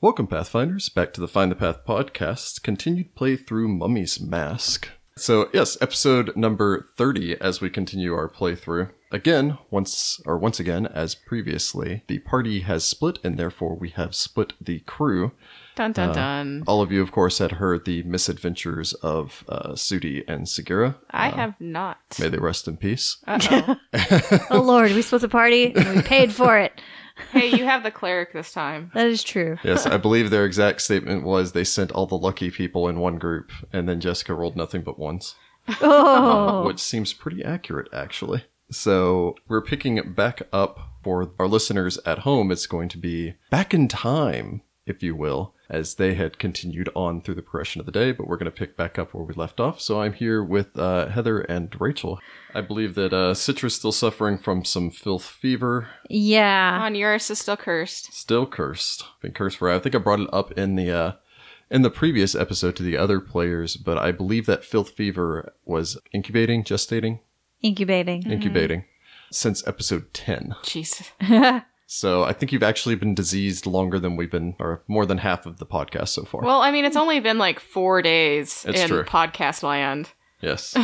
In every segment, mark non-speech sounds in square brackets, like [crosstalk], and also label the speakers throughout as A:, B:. A: Welcome, Pathfinders, back to the Find the Path podcast, continued playthrough Mummy's Mask. So, yes, episode number 30 as we continue our playthrough. Again, once or once again as previously, the party has split and therefore we have split the crew.
B: Dun dun
A: Uh,
B: dun.
A: All of you of course had heard the misadventures of uh, Sudi and Segura.
B: I have not.
A: May they rest in peace.
B: Uh-oh.
C: oh lord, we split the party and we paid for it.
B: hey, you have the cleric this time.
C: That is true.
A: Yes, I believe their exact statement was they sent all the lucky people in one group and then Jessica rolled nothing but ones.
C: Oh,
A: Uh, which seems pretty accurate actually. So we're picking it back up for our listeners at home. It's going to be back in time, if you will, as they had continued on through the progression of the day. But we're going to pick back up where we left off. So I'm here with uh, Heather and Rachel. I believe that uh, Citra's still suffering from some filth fever,
C: yeah.
B: On yours is still cursed.
A: still cursed, been cursed for. I think I brought it up in the. Uh, in the previous episode to the other players, but I believe that filth fever was incubating, gestating,
C: Incubating.
A: incubating since episode 10.
B: Jeez.
A: So I think you've actually been diseased longer than we've been, or more than half of the podcast so far.
B: Well, I mean, it's only been like four days
A: It's
B: in
A: true.
B: podcast land.
A: yes.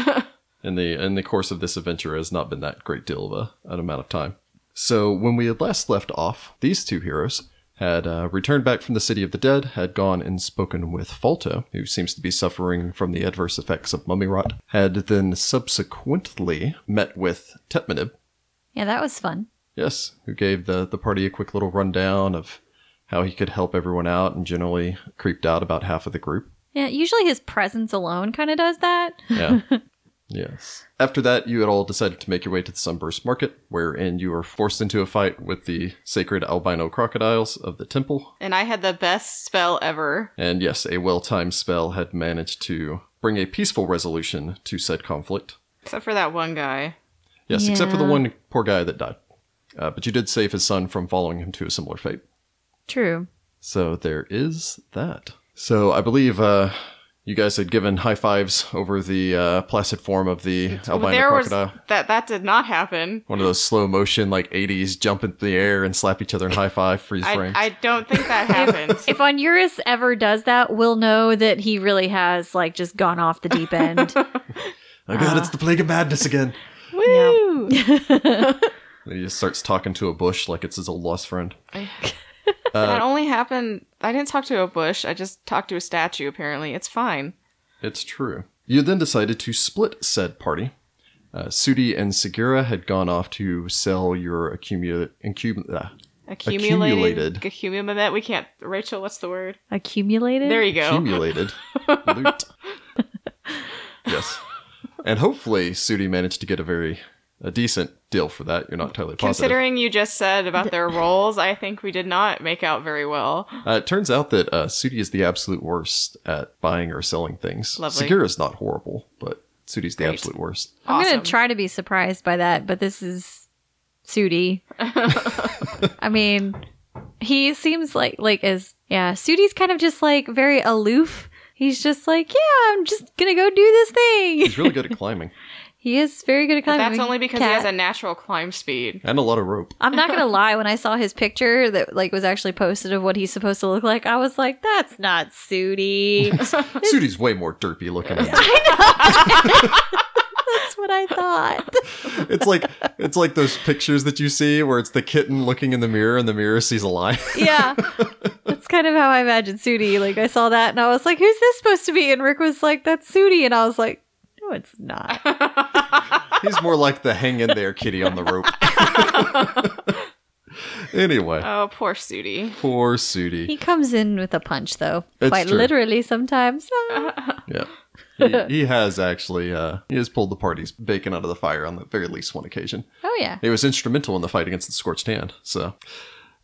A: in the in the course of this adventure has not been that great deal of a, an amount of time. So when we had last left off, these two heroes had uh, returned back from the city of the dead, had gone and spoken with Falto, who seems to be suffering from the adverse effects of mummy rot, had then subsequently met with Tetmanib,
C: Yeah, that was fun.
A: Yes, who gave the, the party a quick little rundown of how he could help everyone out and generally creeped out about half of the group.
C: Yeah, usually his presence alone kind of does that.
A: Yeah. yes. After that, you had all decided to make your way to the Sunburst Market, wherein you were forced into a fight with the sacred albino crocodiles of the temple.
B: And I had the best spell ever.
A: And yes, a well timed spell had managed to bring a peaceful resolution to said conflict.
B: Except for that one guy.
A: Yes, except for the
C: Yeah.
A: one poor guy that died. Uh, but you did save his son from following him to a similar fate.
C: True.
A: So there is that. So I believe uh, you guys had given high fives over the uh, placid form of the albino
B: there
A: crocodile.
B: was that that did not happen.
A: One of those slow motion, like 80s, jump into the air and slap each other in high five, freeze
B: I,
A: frame.
B: I don't think
A: [laughs]
B: that happened.
C: If Onuris ever does that, we'll know that he really has like just gone off the deep end.
A: oh god,
B: uh,
A: it's the plague of madness again. [laughs]
B: Woo!
A: And he just starts talking to a bush like it's his old lost friend. Uh,
B: that only happened. I didn't talk to a bush. I just talked to a statue. Apparently, it's fine.
A: It's true. You then decided to split said party. Uh, Sudi and Segura had gone off to sell your accumulated. Accum- uh,
B: Accumulated.
A: Accumulated.
B: Accumulated. We can't. Rachel, what's the word?
C: [laughs] Accumulated.
B: There you go.
A: accumulated
B: [laughs]
A: loot. Yes. And hopefully Sudi managed to get a very a decent deal for that. You're not entirely positive.
B: Considering you just said about their roles, I think we did not make out very well.
A: uh, it turns out that uh, Sudi is the absolute worst at buying or selling things.
B: Lovely.
A: Segura's not horrible, but Sudi's the
B: Great.
A: absolute worst.
C: I'm
B: Awesome.
C: gonna try to be surprised by that, but this is
B: [laughs]
C: Sudi. I mean, he seems like like as yeah, Sudi's kind of just like very aloof. He's just like, yeah, I'm just gonna go do this thing.
A: He's really good at
B: [laughs]
A: climbing
C: [laughs] He is very good at
B: But
C: climbing.
B: that's only because he
C: Cat.
B: has a natural climb speed.
A: and a lot of
B: [laughs]
A: rope.
C: I'm not gonna lie. When I saw his picture that like was actually posted of what he's supposed to look like, I was like, "That's not Sudi." [laughs]
A: Sudi's way more derpy looking. than-
C: That's what I thought.
A: it's like it's like those pictures that you see where it's the kitten looking in the mirror and the mirror sees a lion.
C: yeah, that's kind of how I imagined Sudi. Like I saw that and I was like, "Who's this supposed to be?" And Rick was like, "That's Sudi," and I was like, "No, it's not."
A: He's more like the hang in there kitty on the rope. [laughs] anyway.
B: Oh, poor Sudi.
A: Poor Sudi.
C: [laughs] He comes in with a punch, though,
A: It's
C: quite
A: true.
C: literally sometimes. Ah.
A: Yeah. He, he has actually, uh, he has pulled the party's bacon out of the fire on the very least one occasion.
C: oh yeah,
A: He was instrumental in the fight against the Scorched Hand, so.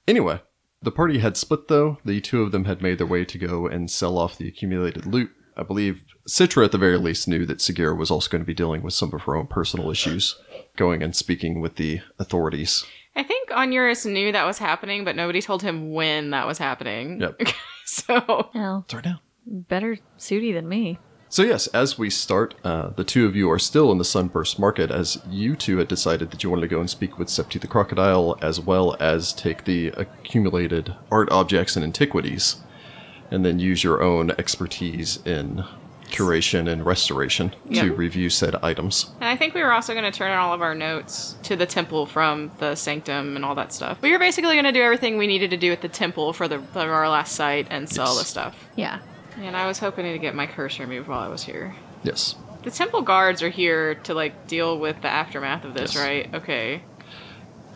A: Anyway, the party had split though. The two of them had made their way to go and sell off the accumulated loot. I believe Citra, at the very least, knew that Segura was also going to be dealing with some of her own personal issues, going and speaking with the authorities.
B: I think Onuris knew that was happening, but nobody told him when that was happening.
A: Yep.
B: [laughs] so,
C: well,
A: It's right now.
C: better Sudi than me.
A: So, yes, as we start, uh, the two of you are still in the Sunburst Market as you two had decided that you wanted to go and speak with Septi the Crocodile as well as take the accumulated art objects and antiquities and then use your own expertise in curation and restoration
B: Yeah.
A: to review said items.
B: And I think we were also going to turn in all of our notes to the temple from the sanctum and all that stuff. We were basically going to do everything we needed to do at the temple for the for our last site and sell
A: Yes.
B: the stuff.
C: Yeah.
B: And I was hoping to get my curse removed while I was here.
A: Yes.
B: The temple guards are here to like deal with the aftermath of this,
A: Yes.
B: right? Okay.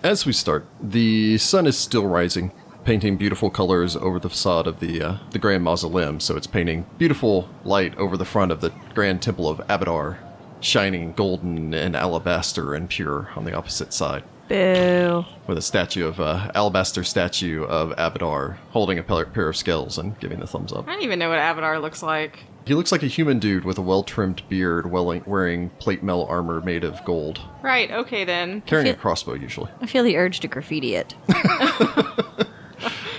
A: As we start, the sun is still rising, painting beautiful colors over the facade of the uh, the grand mausoleum. So it's painting beautiful light over the front of the grand temple of Abadar, shining golden and alabaster and pure on the opposite side,
C: Boo.
A: with a statue of uh, alabaster statue of Abadar holding a pair pair of scales and giving the thumbs up.
B: I don't even know what Avatar looks like.
A: He looks like a human dude with a well-trimmed beard, welling- wearing plate mail armor made of gold,
B: Right. Okay then.
A: carrying a
C: Yeah.
A: crossbow usually.
C: I feel the urge to graffiti it.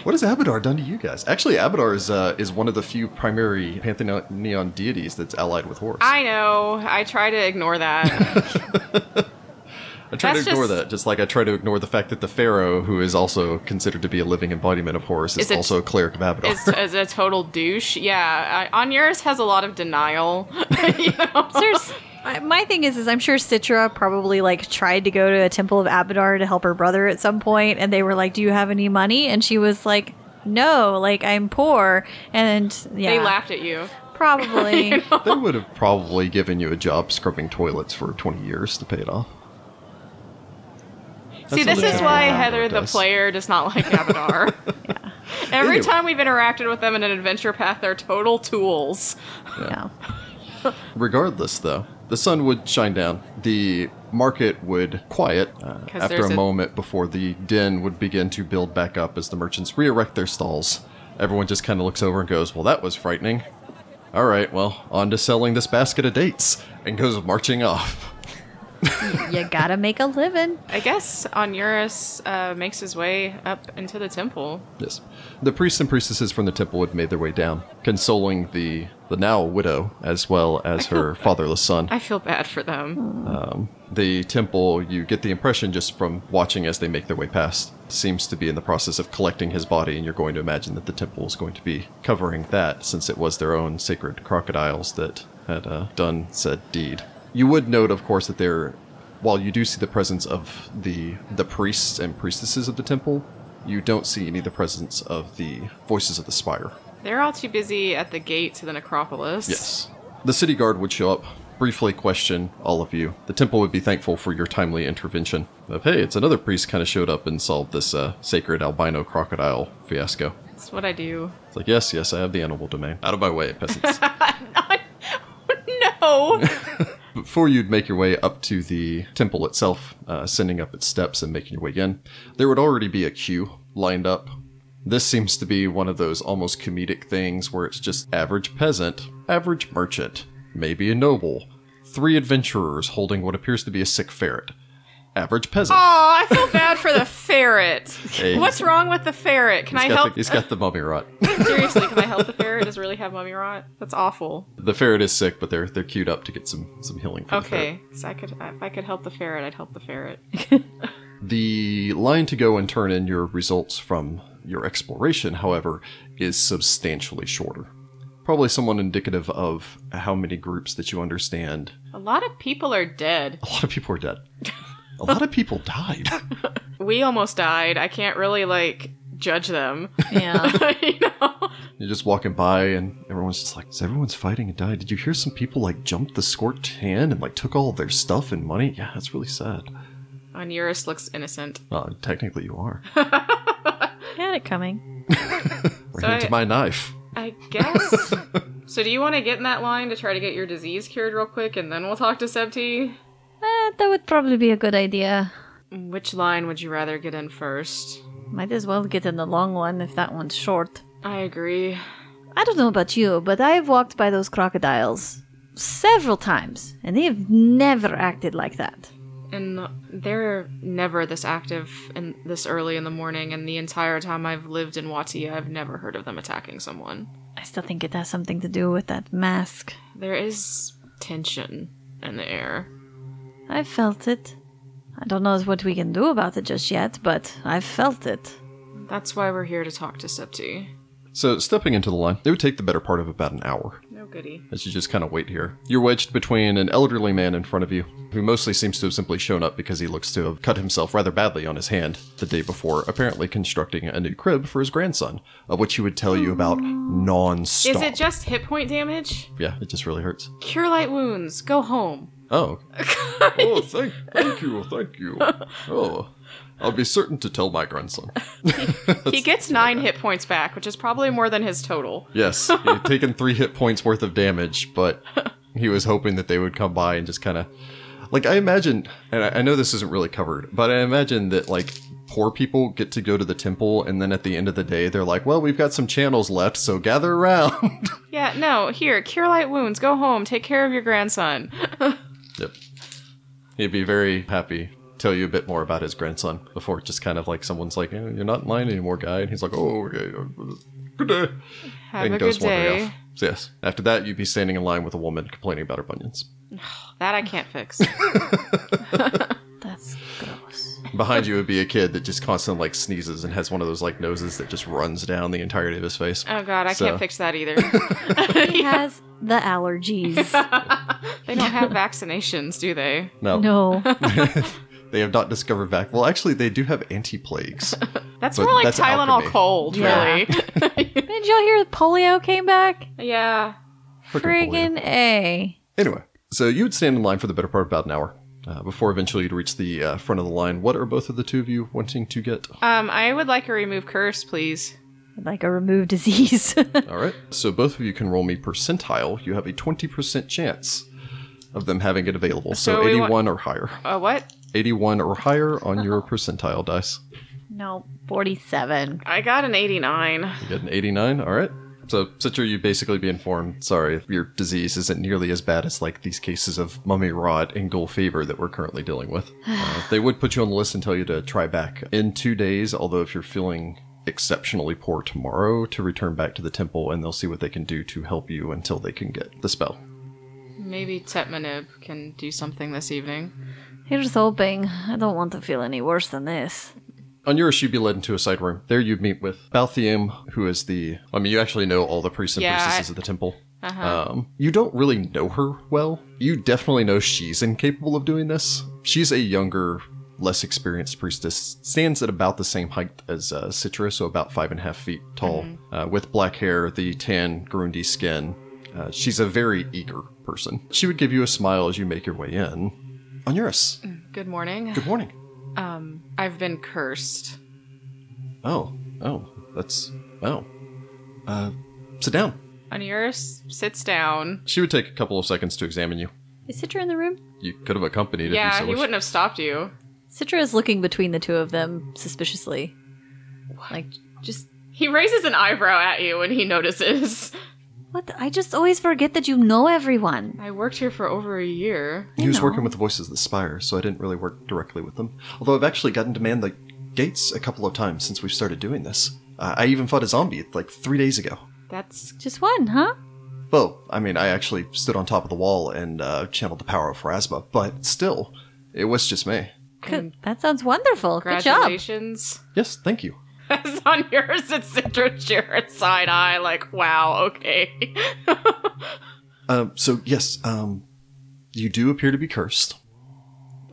A: What has Abadar done to you guys? Actually, Abadar is uh, is one of the few primary Pantheon deities that's allied with Horus.
B: I know. I try to
A: [laughs]
B: ignore that.
A: I try to
B: that's
A: ignore
B: just-
A: that, just like I try to ignore the fact that the Pharaoh, who is also considered to be a living embodiment of Horus, is,
B: Is it-
A: also a cleric of Abadar.
B: Is is a total douche. Yeah. I, Onuris has a lot of denial. [laughs] you know?
C: [laughs] There's, I- my thing is, is I'm sure Citra probably like tried to go to a temple of Abadar to help her brother at some point, and they were like, "Do you have any money?" And she was like, "No, like I'm poor." And yeah,
B: They laughed at you.
C: Probably.
A: [laughs] they would have probably given you a job scrubbing toilets for 20 years to pay it off.
B: See,
A: That's
B: this
A: what
B: is
A: the
B: why
A: temple of Abadar
B: Heather, the
A: does.
B: player, does not like
A: [laughs]
B: Avatar. Every
A: Anyway.
B: time we've interacted with them in an adventure path, they're total tools.
C: Yeah.
A: Regardless, though, the sun would shine down. The market would quiet uh,
B: 'Cause
A: after
B: there's
A: a
B: a-
A: moment before the din would begin to build back up as the merchants re erect their stalls. Everyone just kind of looks over and goes, Well, that was frightening. All right, well, on to selling this basket of dates, and goes marching off.
C: you gotta make a living.
B: I guess Onuris uh, makes his way up into the temple.
A: Yes. The priests and priestesses from the temple would made their way down, consoling the, the now widow as well
B: [laughs]
A: as her fatherless son.
B: I feel bad for them.
A: the temple, you get the impression just from watching as they make their way past, seems to be in the process of collecting his body, and you're going to imagine that the temple is going to be covering that since it was their own sacred crocodiles that had uh, done said deed. You would note, of course, that there, while you do see the presence of the the priests and priestesses of the temple, you don't see any of the presence of the voices of the spire.
B: They're all too busy at the gate to the necropolis.
A: Yes. The city guard would show up, briefly question all of you. The temple would be thankful for your timely intervention. Of hey, it's another priest kind of showed up and solved this uh, sacred albino crocodile fiasco.
B: That's what I do. [laughs]
A: It's like, yes, yes, I have the animal domain. Out of my way, peasants. [laughs]
B: no!
A: Before you'd make your way up to the temple itself, uh, sending up its steps and making your way in, there would already be a queue lined up. This seems to be one of those almost comedic things where it's just average peasant, average merchant, maybe a noble, three adventurers holding what appears to be a sick ferret. Average peasant.
B: Aw, I feel bad for the ferret.
A: Hey.
B: What's wrong with the ferret? Can I
A: He's got
B: help?
A: the, he's got the mummy
B: [laughs]
A: rot.
B: Seriously, can I
A: [laughs]
B: help the ferret? Does it really have mummy rot? That's awful.
A: the ferret is sick, but they're they're queued up to get some some healing. For the ferret.
B: Okay, so I could if I could help the ferret, I'd help the ferret.
A: The line to go and turn in your results from your exploration, however, is substantially shorter. Probably somewhat indicative of how many groups that you understand.
B: A lot of people are dead.
A: A lot of people are dead. A lot of people [laughs] died.
B: We almost died. I can't really like judge them. [laughs]
C: [laughs] Yeah.
B: you know?
A: You're just walking by, and everyone's just like, "Is everyone's fighting and died? Did you hear some people like jumped the scorched hand and like took all of their stuff and money? Yeah, that's really sad.
B: Onuris looks innocent.
A: Well, technically, you are.
C: Had it coming.
A: Right
B: So
A: into
B: I-
A: my knife.
B: I guess. [laughs] so do you want to get in that line to try to get your disease cured real quick and then we'll talk to Sebti?
C: Eh, that would probably be a good idea.
B: Which line would you rather get in first?
C: Might as well get in the long one if that one's short.
B: I agree.
C: I don't know about you, but I have walked by those crocodiles several times, and they have never acted like that.
B: And they're never this active and this early in the morning, and the entire time I've lived in Watia, I've never heard of them attacking someone.
C: I still think it has something to do with that mask.
B: There is tension in the air.
C: I felt it. I don't know what we can do about it just yet, but I felt it.
B: That's why we're here to talk to Septi.
A: So, stepping into the line, it would take the better part of about an hour
B: No goody.
A: as you just kind of wait here. You're wedged between an elderly man in front of you, who mostly seems to have simply shown up because he looks to have cut himself rather badly on his hand the day before, apparently constructing a new crib for his grandson, of which he would tell you about non stop.
B: Is it just hit point damage?
A: Yeah, it just really hurts.
B: Cure light wounds. Go home.
A: Oh. oh, thank, thank you, thank you. Oh, I'll be certain to tell my grandson.
B: He gets nine hit points back, which is probably more than his total.
A: Yes, he
B: [laughs]
A: had taken three hit points worth of damage, but he was hoping that they would come by and just kind of. Like, I imagine, and I I know this isn't really covered, but I imagine that, like, poor people get to go to the temple, and then at the end of the day, they're like, well, we've got some channels left, so gather around. [laughs]
B: Yeah, no, here, cure light wounds. Go home. Take care of your grandson.
A: yep. He'd be very happy. Tell you a bit more about his grandson before just kind of like someone's like, eh, you're not in line anymore, guy. And he's like, oh, okay, uh, good day.
B: Have
A: and
B: a
A: goes
B: good
A: wandering
B: day.
A: off. So, yes. After that, you'd be standing in line with a woman complaining about her bunions.
B: That I can't fix.
C: That's gross.
A: Behind you would be a kid that just constantly like sneezes and has one of those like noses that just runs down the entirety of his face.
B: Oh god, I
A: So-
B: can't fix that
A: [laughs]
B: either.
C: He has the allergies.
B: They don't have vaccinations, do they?
A: No,
C: No.
A: they have not discovered vac. Well, actually, they do have
B: [laughs]
A: anti-plagues.
B: That's
A: But
B: more like
A: that's
B: Tylenol
A: alchemy.
B: cold,
C: Yeah.
A: [laughs]
B: really.
C: Did y'all hear polio came back?
B: yeah.
A: Frickin' polio.
C: Friggin' A.
A: Anyway, so you would stand in line for the better part of about an hour uh, before eventually you'd reach the uh, front of the line. What are both of the two of you wanting to
B: [laughs]
A: get?
B: Um, I would like a remove curse, please.
C: Like a removed [laughs] disease.
A: All right. So both of you can roll me percentile. You have a 20% chance of them having it available. So,
B: So we
A: 81
B: want-
A: or higher.
B: Uh, what?
A: 81 or higher on your percentile dice.
C: no, 47.
B: I got an 89.
A: You get an 89. All right. So, Citra, you basically be informed sorry, your disease isn't nearly as bad as like these cases of mummy rot and ghoul fever that we're currently dealing with. Uh, they would put you on the list and tell you to try back in two days, although, if you're feeling exceptionally poor tomorrow, to return back to the temple and they'll see what they can do to help you until they can get the spell.
B: Maybe Tetmanib can do something this evening.
C: Here's hoping. I don't want to feel any worse than this.
A: On Eurus, you'd be led into a side room. There, you'd meet with Balthium, who is the. I mean, you actually know all the priests and
B: Yeah, I- Uh-huh.
A: priestesses of the temple. Um, you don't really know her well. You definitely know she's incapable of doing this. She's a younger, less experienced priestess, stands at about the same height as uh, Citra, so about five and a half feet tall,
B: Mm-hmm.
A: uh, with black hair, the tan, grundy skin. Uh, she's a very eager person. She would give you a smile as you make your way in. On Eurus,
B: Good morning.
A: good morning.
B: Um, I've been cursed.
A: Oh, oh, that's oh. Uh, sit down.
B: Onuris sits down.
A: She would take a couple of seconds to examine you.
C: Is Citra in the room?
A: You could have accompanied if you
B: Yeah,
A: so
B: he
A: wished.
B: wouldn't have stopped you.
C: Citra is looking between the two of them suspiciously. Like, just.
B: He raises an eyebrow at you when he [laughs] notices.
C: What? the- I just always forget that you know everyone.
B: I worked here for over a year.
A: He was
C: know.
A: working with the voices of the spire, so I didn't really work directly with them. Although I've actually gotten to man the gates a couple of times since we've started doing this. Uh, I even fought a zombie like three days ago.
B: That's
C: Just one, huh?
A: Well, I mean, I actually stood on top of the wall and uh, channeled the power of Phrasma, but still, it was just me.
C: Good. That sounds wonderful. Good
B: [laughs]
C: job.
B: congratulations.
A: Yes, thank you.
B: As Onuris sits Citra chair side eye, like, wow, okay.
A: Um, so yes, um, you do appear to be cursed.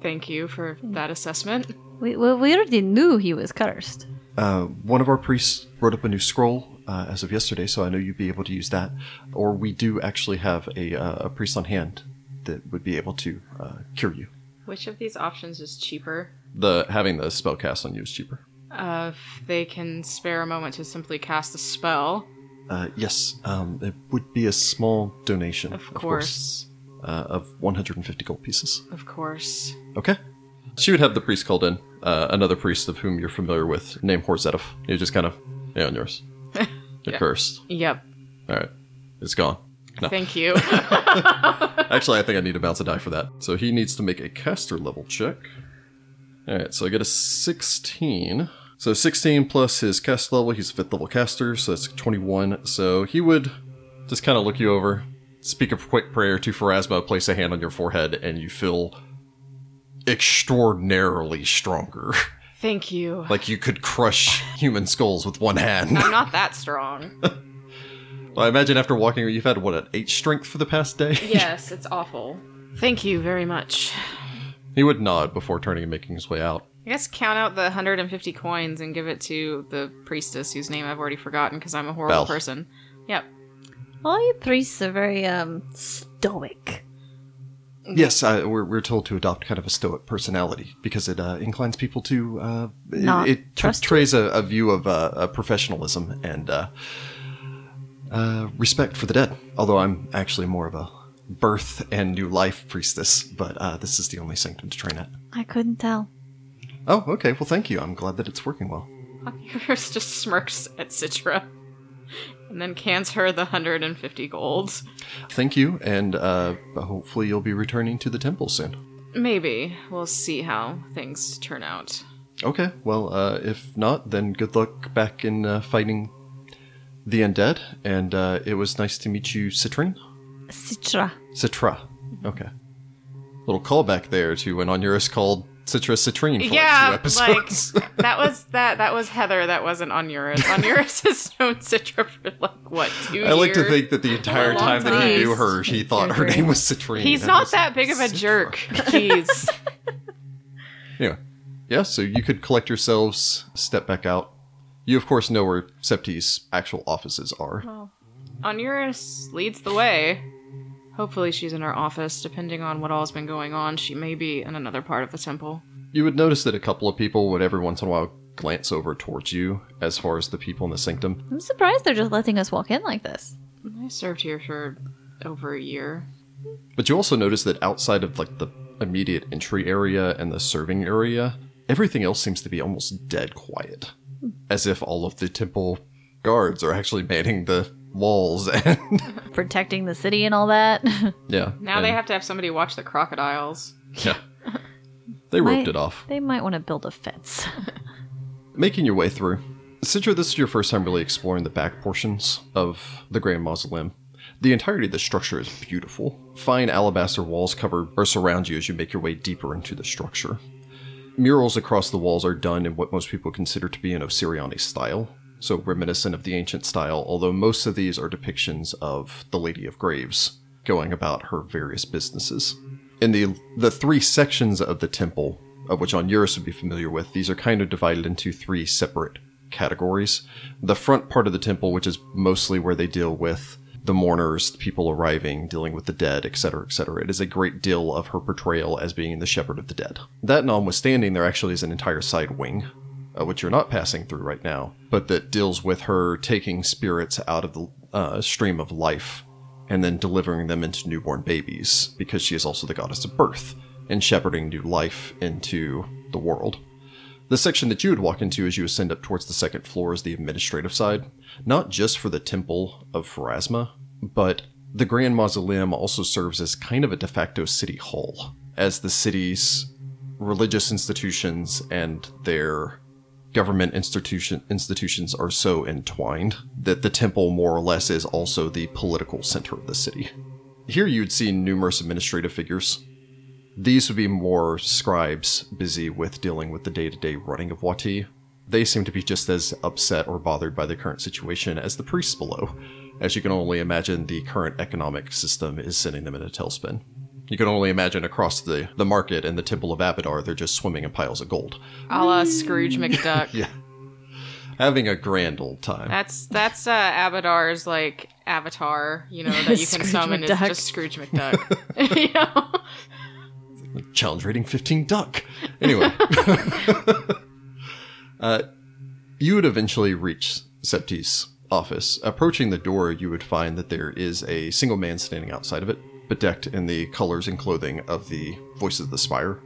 B: Thank you for that assessment.
C: We, well, we already knew he was cursed.
A: Uh, one of our priests wrote up a new scroll uh, as of yesterday, so I know you'd be able to use that. Or we do actually have a, uh, a priest on hand that would be able to uh, cure you.
B: Which of these options is cheaper?
A: The having the spell cast on you is cheaper.
B: Uh, if they can spare a moment to simply cast a spell,
A: Uh, yes, um, it would be a small donation,
B: of, course.
A: uh, of 150 gold pieces.
B: Of course.
A: Okay. She would have the priest called in, uh, another priest of whom you're familiar with, named Horzetov. You just kind of, yeah, on
B: [laughs]
A: yours. You're cursed.
B: Yep.
A: All right, it's gone. No.
B: Thank you.
A: Actually, I think I need to bounce a die for that. So he needs to make a caster level check. All right, so I get a 16. So 16 plus his cast level, he's a fifth level caster, so that's 21. So he would just kind of look you over, speak a quick prayer to Pharasma, place a hand on your forehead, and you feel extraordinarily stronger. [laughs]
B: Thank you.
A: Like you could crush human skulls with one hand. [laughs]
B: I'm not that strong.
A: Well, I imagine after walking, you've had what an eight strength for the past day.
B: [laughs] [laughs] yes, it's awful. Thank you very much.
A: he would nod before turning and making his way out.
B: I guess count out the 150 coins and give it to the priestess whose name I've already forgotten because I'm a horrible
A: Bell.
B: person. Yep.
C: All you priests are very um stoic.
A: Yes, I, we're, we're told to adopt kind of a stoic personality because it uh, inclines people to uh, it-
C: Not
A: it, tr-
C: trust
A: portrays a, a view of uh, a professionalism and uh, uh, respect for the dead. Although I'm actually more of a birth and new life priestess, but uh, this is the only sanctum to train at.
C: I couldn't tell.
A: Oh, okay. Well, thank you. I'm glad that it's working well.
B: Hawkers [laughs] just smirks at Citra and then cans her the 150 golds.
A: Thank you, and uh, hopefully you'll be returning to the temple soon.
B: Maybe. We'll see how things turn out.
A: Okay. Well, uh, if not, then good luck back in uh, fighting the undead. And uh, it was nice to meet you, Citrine.
C: Citra.
A: Citra.
B: Mm-hmm.
A: Okay. Little callback there to when Onuris called Citra Citrine for like
B: yeah,
A: two
B: [laughs]
A: episodes.
B: like that was that that was Heather, that wasn't Onuris. [laughs] Onuris has known Citra for like what, two
A: I like to
B: years?
A: think that the entire
B: long
A: time that he
B: time.
A: knew her, he thought her
C: Agree.
A: name was Citrine.
B: He's
A: and I
B: not
A: was
B: that
A: like,
B: big of a
A: "Citra." [laughs]
B: jerk. Jeez.
A: Anyway, yeah, so you could collect yourselves, step back out. You, of course, know where Septi's actual offices are.
B: Onuris leads the way. Hopefully, she's in her office. Depending on what all's been going on, she may be in another part of the temple.
A: You would notice that a couple of people would every once in a while glance over towards you as far as the people in the sanctum.
C: I'm surprised they're just letting us walk in like this.
B: I served here for over a year.
A: But you also notice that outside of like the immediate entry area and the serving area, everything else seems to be almost dead quiet. As if all of the temple guards are actually manning the walls [laughs] and
C: Protecting the city and all that. [laughs]
A: yeah.
B: Now they have to have somebody watch the crocodiles.
A: Yeah. They roped
C: My-
A: it off.
C: they might want to build a fence. [laughs]
A: Making your way through. Citra, this is your first time really exploring the back portions of the Grand Mausoleum. The entirety of the structure is beautiful. Fine alabaster walls cover or surround you as you make your way deeper into the structure. Murals across the walls are done in what most people consider to be an Osiriani style, so reminiscent of the ancient style, although most of these are depictions of the Lady of Graves going about her various businesses. In the the three sections of the temple, of which Onuris would be familiar with, these are kind of divided into three separate categories. The front part of the temple, which is mostly where they deal with the mourners, the people arriving, dealing with the dead, etc., etc. It is a great deal of her portrayal as being the shepherd of the dead. That notwithstanding, there actually is an entire side wing, uh, which you're not passing through right now, but that deals with her taking spirits out of the uh, stream of life and then delivering them into newborn babies, because she is also the goddess of birth and shepherding new life into the world. The section that you would walk into as you ascend up towards the second floor is the administrative side, not just for the Temple of Pharasma, but the Grand Mausoleum also serves as kind of a de facto city hall, as the city's religious institutions and their government institution institutions are so entwined that the temple more or less is also the political center of the city. Here you'd see numerous administrative figures, these would be more scribes busy with dealing with the day to day running of Wati. They seem to be just as upset or bothered by the current situation as the priests below, as you can only imagine the current economic system is sending them in a tailspin. You can only imagine across the, the market and the Temple of Abadar, they're just swimming in piles of gold.
B: A la Scrooge
C: Mm.
B: McDuck.
C: [laughs]
A: Yeah. Having a grand old time.
B: That's that's uh, Abadar's like avatar, you know, that you can
C: [laughs] Scrooge
B: summon is
C: McDuck.
B: just Scrooge
C: [laughs]
B: McDuck. [laughs] you know?
A: challenge rating 15 duck anyway [laughs] uh, you would eventually reach septi's office approaching the door you would find that there is a single man standing outside of it bedecked in the colors and clothing of the voices of the spire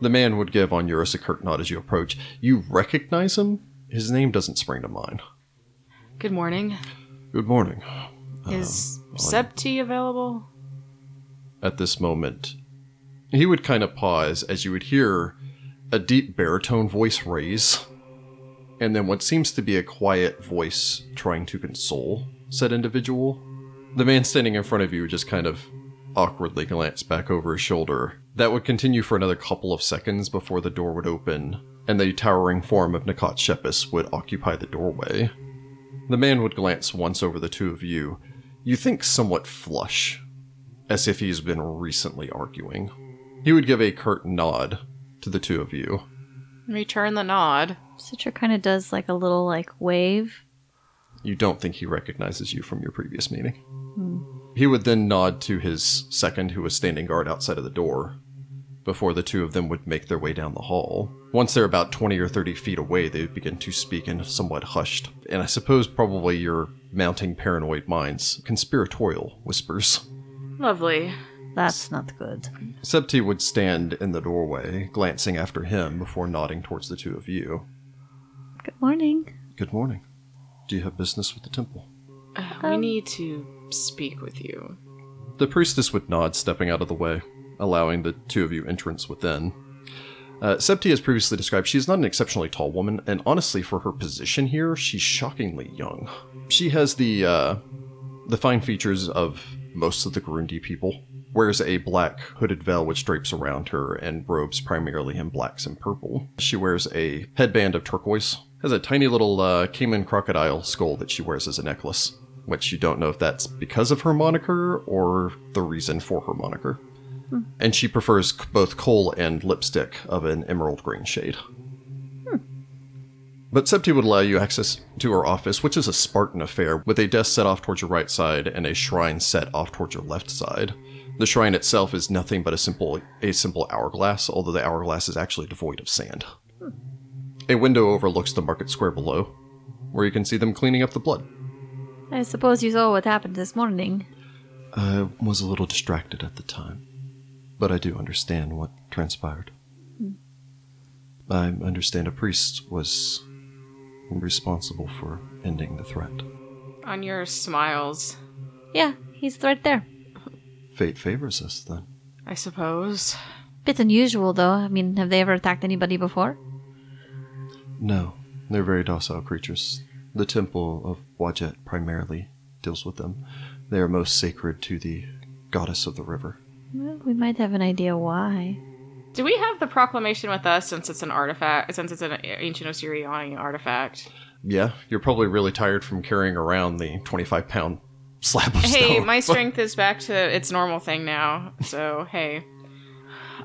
A: the man would give on eurus a curt nod as you approach you recognize him his name doesn't spring to mind
B: Good morning.
A: good morning
C: Oh,
B: Is Septi available?
A: at this moment. He would kind of pause as you would hear a deep baritone voice raise, and then what seems to be a quiet voice trying to console said individual. The man standing in front of you would just kind of awkwardly glance back over his shoulder. That would continue for another couple of seconds before the door would open and the towering form of Nakat Shepis would occupy the doorway. The man would glance once over the two of you, you think somewhat flush, as if he's been recently arguing. He would give a curt nod to the two of you.
B: Return the nod.
C: Citra kind of does like a little like wave.
A: You don't think he recognizes you from your previous meeting. He would then nod to his second, who was standing guard outside of the door, before the two of them would make their way down the hall. Once they're about 20 or 30 feet away, they would begin to speak in somewhat hushed, and I suppose probably your mounting paranoid minds, conspiratorial whispers.
B: Lovely.
C: That's not good.
A: Septi would stand in the doorway, glancing after him before nodding towards the two of you.
C: Good morning.
A: Good morning. Do you have business with the temple?
B: Uh, we need to speak with you.
A: The priestess would nod, stepping out of the way, allowing the two of you entrance within. Uh, Septi, as previously described, she is not an exceptionally tall woman, and honestly, for her position here, she's shockingly young. She has the uh, the fine features of most of the Gurundi people, wears a black hooded veil which drapes around her, and robes primarily in blacks and purple. She wears a headband of turquoise, has a tiny little uh, Cayman crocodile skull that she wears as a necklace, which you don't know if that's because of her moniker or the reason for her moniker and she prefers c- both coal and lipstick of an emerald green shade. But Septi would allow you access to her office, which is a Spartan affair, with a desk set off towards your right side and a shrine set off towards your left side. The shrine itself is nothing but a simple a simple hourglass, although the hourglass is actually devoid of sand. A window overlooks the market square below, where you can see them cleaning up the blood.
C: I suppose you saw what happened this morning.
A: I was a little distracted at the time, but I do understand what transpired. Hmm. I understand a priest was responsible for ending the threat.
B: On your smiles,
C: Yeah, he's right there.
A: Fate favors us then.
B: I suppose.
C: Bit unusual though. I mean, have they ever attacked anybody before?
A: No, they're very docile creatures. The temple of Wajet primarily deals with them. They are most sacred to the goddess of the river.
C: Well, we might have an idea why.
B: Do we have the proclamation with us since it's an artifact? Since it's an ancient Osiriani artifact.
A: Yeah, you're probably really tired from carrying around the 25 pound slab of
B: Hey,
A: stone. [laughs]
B: my strength is back to its normal thing now. So, hey.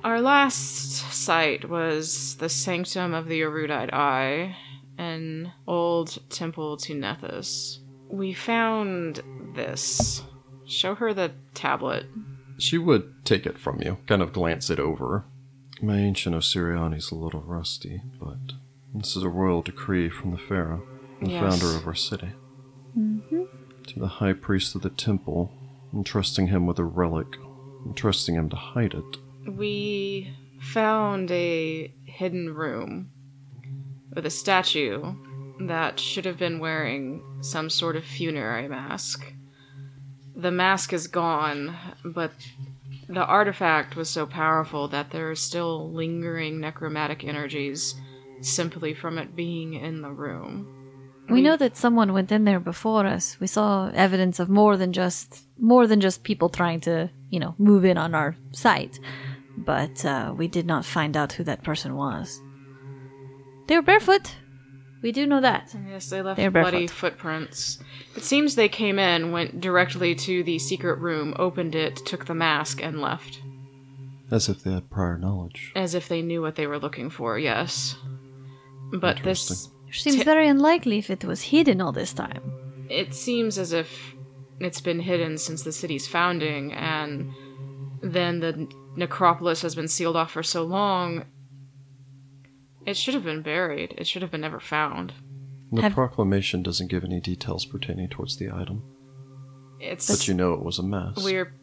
B: Our last site was the Sanctum of the Erudite Eye, an old temple to Nethus. We found this. Show her the tablet.
A: She would take it from you, kind of glance it over. My ancient Osiriani's a little rusty, but this is a royal decree from the Pharaoh, the
B: Yes.
A: founder of our city.
C: Mm-hmm.
A: To the high priest of the temple, entrusting him with a relic, entrusting him to hide it.
B: We found a hidden room with a statue that should have been wearing some sort of funerary mask. The mask is gone, but the artifact was so powerful that there are still lingering necromantic energies simply from it being in the room.
C: We know that someone went in there before us. We saw evidence of more than just more than just people trying to, you know, move in on our site. But uh, we did not find out who that person was. They were barefoot. We do know that.
B: Yes, they left
C: They're
B: bloody
C: barefoot.
B: footprints. It seems they came in, went directly to the secret room, opened it, took the mask, and left.
A: As if they had prior knowledge.
B: As if they knew what they were looking for, yes. But this.
C: Which seems very unlikely if it was hidden all this time.
B: It seems as if it's been hidden since the city's founding, and then the necropolis has been sealed off for so long. It should have been buried. It should have been never found.
A: The
C: Have-
A: proclamation doesn't give any details pertaining towards the item,
B: It's.
A: but you know it was a mask.
B: We're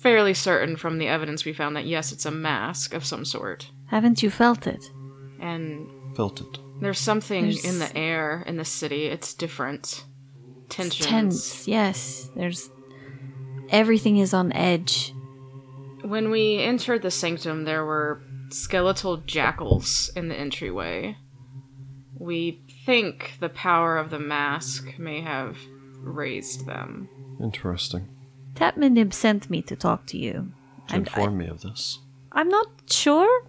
B: fairly certain from the evidence we found that yes, it's a mask of some sort.
C: Haven't you felt it?
B: And
A: Felt it.
B: there's something in
C: There's-
B: the air in the city. It's different. Tensions.
C: It's tense. Yes. There's everything is on edge.
B: When we entered the sanctum, there were skeletal jackals in the entryway. We think the power of the mask may have raised them.
A: Interesting.
C: Tapman sent me to talk to you.
A: To
C: I'm-
A: inform me of this.
C: I'm not sure.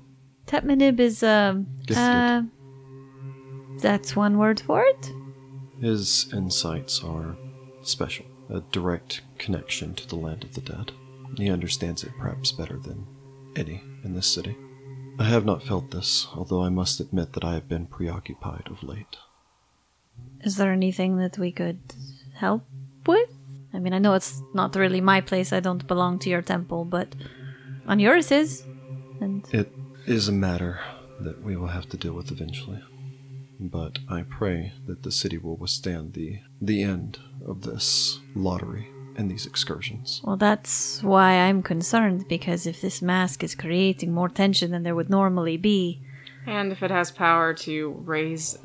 C: Tutmanib is um
A: Gifted.
C: uh, that's one word for it.
A: His insights are special, a direct connection to the land of the dead. He understands it perhaps better than any in this city. I have not felt this, although I must admit that I have been preoccupied of late.
C: Is there anything that we could help with? I mean, I know it's not really my place. I don't belong to your temple, but on yours is. And
A: It is a matter that we will have to deal with eventually. But I pray that the city will withstand the the end of this lottery and these excursions.
C: well, that's why I'm concerned because if this mask is creating more tension than there would normally be,
B: And if it has power to raise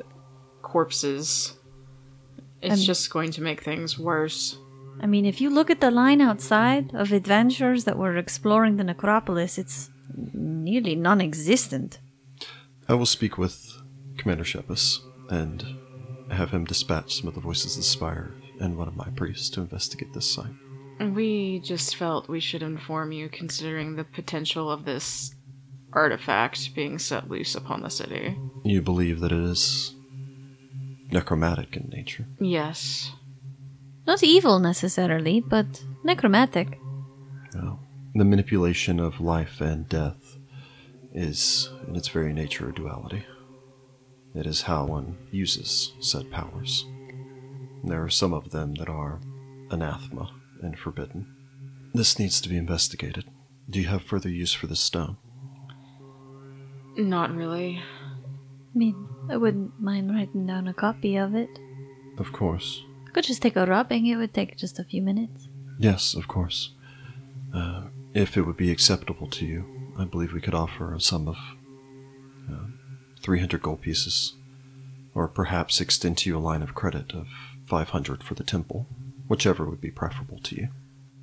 B: corpses, it's
C: Um,
B: just going to make things worse.
C: I mean, if you look at the line outside of adventurers that were exploring the necropolis, it's nearly non existent.
A: I will speak with Commander Shepus and have him dispatch some of the voices of the spire and one of my priests to investigate this site.
B: We just felt we should inform you considering the potential of this artifact being set loose upon the city.
A: You believe that it is necromantic in nature.
B: Yes.
C: Not evil necessarily, but necromantic.
A: Well, the manipulation of life and death is, in its very nature, a duality. It is how one uses said powers. There are some of them that are anathema and forbidden. This needs to be investigated. Do you have further use for this stone?
B: Not really.
C: I mean, I wouldn't mind writing down a copy of it.
A: Of course.
C: I could just take a rubbing, it would take just a few minutes.
A: Yes, of course. Uh, if it would be acceptable to you, I believe we could offer a sum of uh, 300 gold pieces, or perhaps extend to you a line of credit of 500 for the temple, whichever would be preferable to you.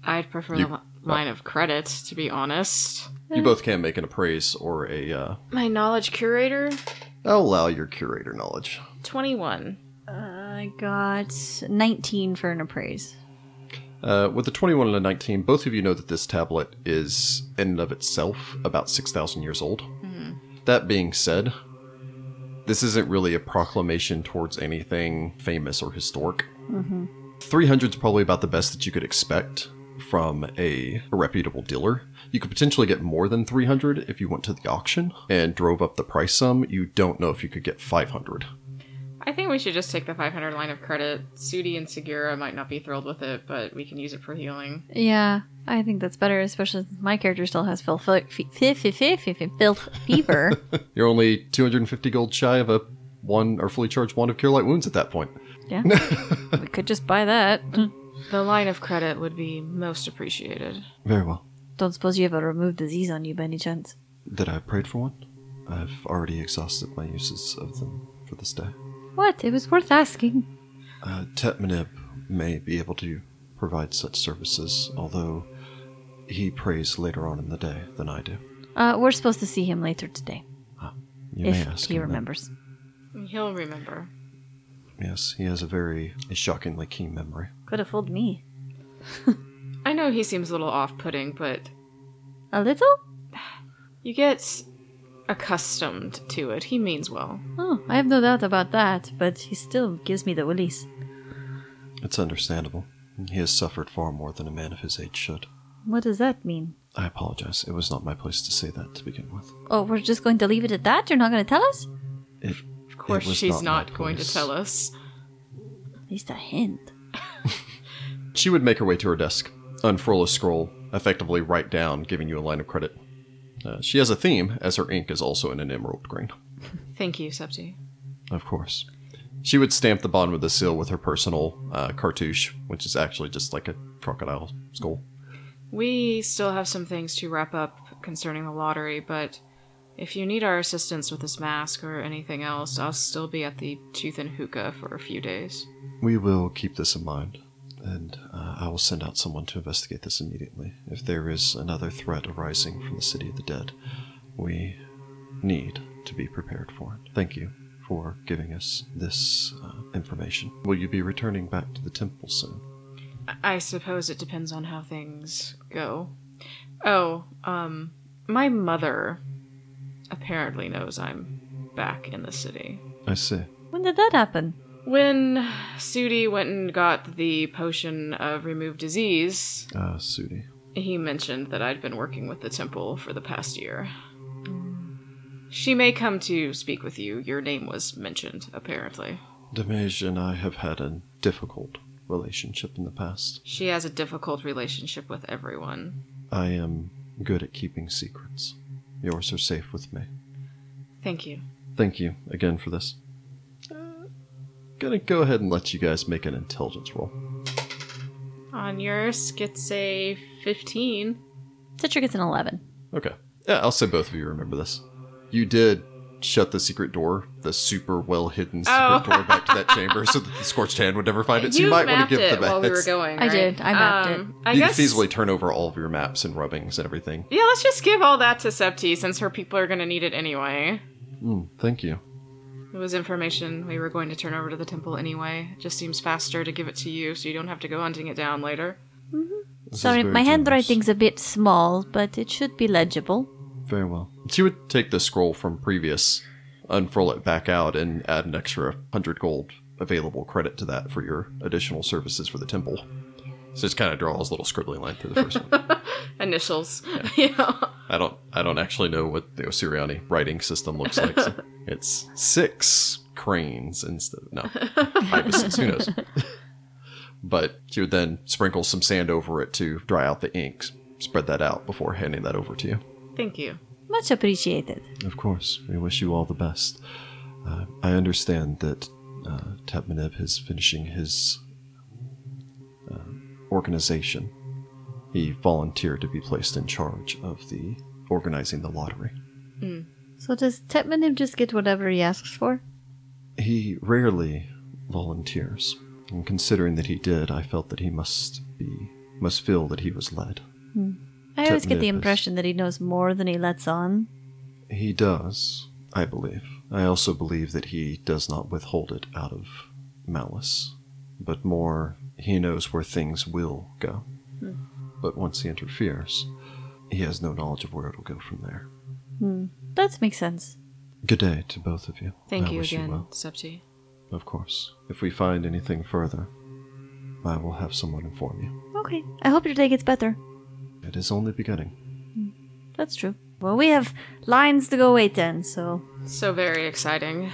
B: I'd prefer
A: You- uh,
B: the li- line of credit, to be honest.
A: You both can make an appraise or a. Uh,
B: My knowledge curator,
A: I'll allow your curator knowledge.
B: 21.
C: I got 19 for an appraise.
A: Uh, with the 21 and a 19, both of you know that this tablet is, in and of itself, about 6,000 years old. That being said, this isn't really a proclamation towards anything famous or historic. 300 is probably about the best that you could expect from a, a reputable dealer. You could potentially get more than 300 if you went to the auction and drove up the price some. You don't know if you could get 500.
B: I think we should just take the 500 line of credit. Sudi and Segura might not be thrilled with it, but we can use it for healing.
C: Yeah, I think that's better, especially since my character still has filth [laughs] fever.
A: You're only 250 gold shy of a one or fully charged wand of cure light wounds at that point. [laughs]
C: Yeah. we could just buy that. Hmm.
B: The line of credit would be most appreciated.
A: Very well.
C: Don't suppose you have a removed disease on you by any chance?
A: That I prayed for one. I've already exhausted my uses of them for this day.
C: What? It was worth asking.
A: Uh, Tetmanib may be able to provide such services, although he prays later on in the day than I do.
C: Uh, we're supposed to see him later today,
A: You may
C: if
A: ask
C: he
A: him that.
C: remembers.
B: He'll remember.
A: Yes, he has a very a shockingly keen memory.
C: Could have fooled me.
B: I know he seems a little off putting, but
C: A little?
B: you get accustomed to it. He means well.
C: Oh, I have no doubt about that, but he still gives me the willies.
A: It's understandable. He has suffered far more than a man of his age should.
C: What does that mean?
A: I apologize. It was not my place to say that to begin with.
C: Oh, we're just going to leave it at that? You're not going to tell us?
A: It,
B: Of course,
A: was
B: she's
A: not
B: not,
A: my
B: going to
A: place.
B: tell us.
C: At least a hint.
A: She would make her way to her desk, unfurl a scroll, effectively write down, giving you a line of credit. Uh, she has a theme, as her ink is also in an emerald green.
B: Thank you, Septi.
A: Of course. She would stamp the bottom of the seal with her personal uh, cartouche, which is actually just like a crocodile skull.
B: We still have some things to wrap up concerning the lottery, but if you need our assistance with this mask or anything else, I'll still be at the Tooth and Hookah for a few days.
A: We will keep this in mind, and uh, I will send out someone to investigate this immediately. If there is another threat arising from the City of the Dead, we need to be prepared for it. Thank you for giving us this uh, information. Will you be returning back to the temple soon?
B: I- I suppose it depends on how things go. Oh, um, my mother apparently knows I'm back in the city.
A: I see.
C: When did that happen?
B: When Sudi went and got the potion of remove disease,
A: Ah, Sudi.
B: he mentioned that I'd been working with the temple for the past year. She may come to speak with you. Your name was mentioned, apparently.
A: Damage and I have had a difficult relationship in the past.
B: She has a difficult relationship with everyone.
A: I am good at keeping secrets. Yours are safe with me.
B: Thank you.
A: Thank you again for this. Uh, gonna go ahead and let you guys make an intelligence roll.
B: On yours gets a 15.
C: Citra gets an 11.
A: Okay. Yeah, I'll say both of you remember this. You did shut the secret door, the super well hidden secret
B: Oh.
A: door back to that chamber so that the scorched hand would never find it. So you, might want
B: mapped
A: to give
B: it
A: the
B: while we were
A: maps.
B: going.
C: I
B: right?
C: did. I mapped it.
B: um, I
A: you
B: guess
A: can feasibly turn over all of your maps and rubbings and everything.
B: Yeah, let's just give all that to Septi since her people are going to need it anyway.
A: Mm, thank you.
B: It was information we were going to turn over to the temple anyway. It just seems faster to give it to you so you don't have to go hunting it down later.
A: This is
C: Sorry,
A: very
C: my
A: generous.
C: handwriting's a bit small, but it should be legible.
A: Very well. She would take the scroll from previous, unfurl it back out, and add an extra 100 gold available credit to that for your additional services for the temple. So just kind of draws a little scribbling line through the first one. [laughs]
B: Initials. [laughs] Yeah.
A: I don't I don't actually know what the Osiriani writing system looks [laughs] like. so it's six cranes instead of no ibises. Who [laughs] knows? but she would then sprinkle some sand over it to dry out the ink, spread that out before handing that over to you.
B: Thank you.
C: Much appreciated.
A: Of course, we wish you all the best. Uh, I understand that uh, Tapmaneb is finishing his uh, organization. He volunteered to be placed in charge of the organizing the lottery.
C: So does Tetmanim just get whatever he asks for?
A: He rarely volunteers, and considering that he did, I felt that he must be must feel that he was led.
C: I always get
A: Tetmanib
C: the
A: is-
C: impression that he knows more than he lets on.
A: He does, I believe. I also believe that he does not withhold it out of malice, but more he knows where things will go.
B: Hmm.
A: But once he interferes, he has no knowledge of where it'll go from there.
C: Hmm, That makes sense.
A: Good day to both of you.
B: Thank
A: I
B: you
A: wish
B: again,
A: well.
B: Septi.
A: Of course. If we find anything further, I will have someone inform you.
C: Okay. I hope your day gets better.
A: It is only beginning.
C: That's true. Well, we have lines to go wait then, so.
B: So very exciting.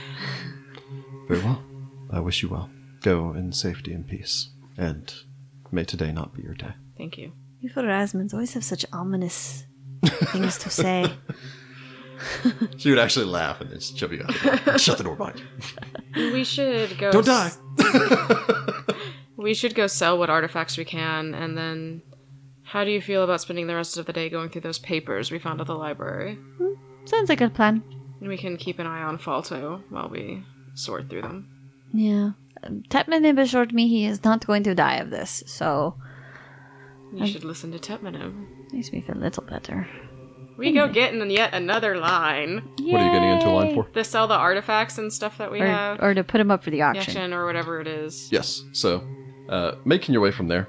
A: Very well. I wish you well. Go in safety and peace. And may today not be your day.
B: Thank you.
C: You for Rasmus always have such
A: [laughs]
C: ominous things to say.
A: She would actually laugh and then shove you [laughs] out. Shut the door behind you.
B: We should go.
A: Don't die.
B: We should go sell what artifacts we can, and then. How do you feel about spending the rest of the day going through those papers we found at the library?
C: Sounds like a plan.
B: And we can keep an eye on Falto while we sort through them.
C: Yeah. Um, Tetmanib assured me he is not going to die of this, so.
B: You should listen to Tetmanib.
C: Makes me feel a little better.
B: We go getting yet another line.
A: What are you getting into line
C: Yay!
A: for?
B: to sell the artifacts and stuff that we
C: Or,
B: have.
C: or to put him up for the auction.
B: Action or whatever it is.
A: Yes. So, uh, making your way from there,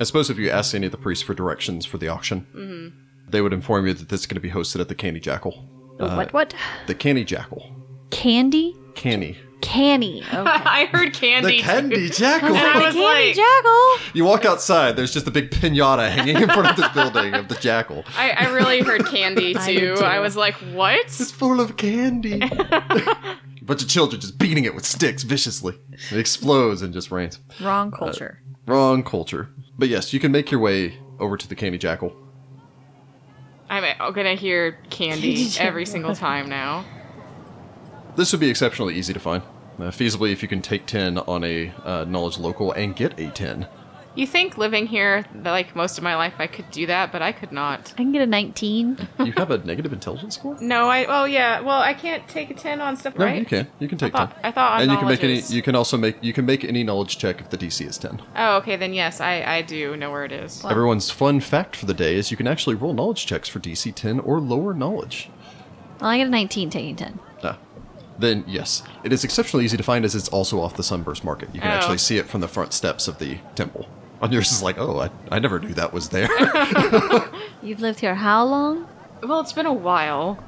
A: I suppose if you ask any of the priests for directions for the auction, they would inform you that this is going to be hosted at the Candy Jackal.
C: Oh,
A: Uh,
C: what? What?
A: The Candy Jackal.
C: Candy?
A: Candy.
B: [laughs]
C: Canny. Okay.
B: I heard candy.
A: The Candy [laughs] Jackal.
B: And I was
C: the candy
B: like-
C: jackal.
A: you walk outside. There's just a big pinata hanging in front of this building of the jackal.
B: I, I really heard candy
C: [laughs] I did
B: too.
C: too.
B: I was like,
A: It's
B: what?
A: full of [laughs] candy. a bunch of children just beating it with sticks viciously. It explodes and just rains.
C: Wrong culture.
A: Wrong culture. But yes, you can make your way over to the Candy Jackal.
B: I'm gonna hear
C: [laughs]
B: candy
C: Candy
B: every single time now.
A: This would be exceptionally easy to find. Uh, feasibly, if you can take 10 on a uh, knowledge local and get a 10.
B: You think living here, like most of my life, I could do that, but I could not.
C: I can get a 19.
A: You have a [laughs] negative intelligence score?
B: No, I. Oh yeah. Well, I can't take a ten on stuff,
A: No,
B: right?
A: you can. You can take
B: I thought-
A: 10.
B: I thought on
A: and you can make any.
B: knowledges.
A: You can also make. You can make any knowledge check if the DC is 10.
B: Oh, okay. Then yes, I I do know where it is.
A: Everyone's fun fact for the day is you can actually roll knowledge checks for DC 10 or lower knowledge.
C: Well, I get a 19 taking 10.
A: Ah. Then yes, it is exceptionally easy to find as it's also off the Sunburst Market. You can
B: Oh.
A: actually see it from the front steps of the temple. And yours is like, oh, I, I never knew that was there.
C: You've lived here how long?
B: Well, it's been a while.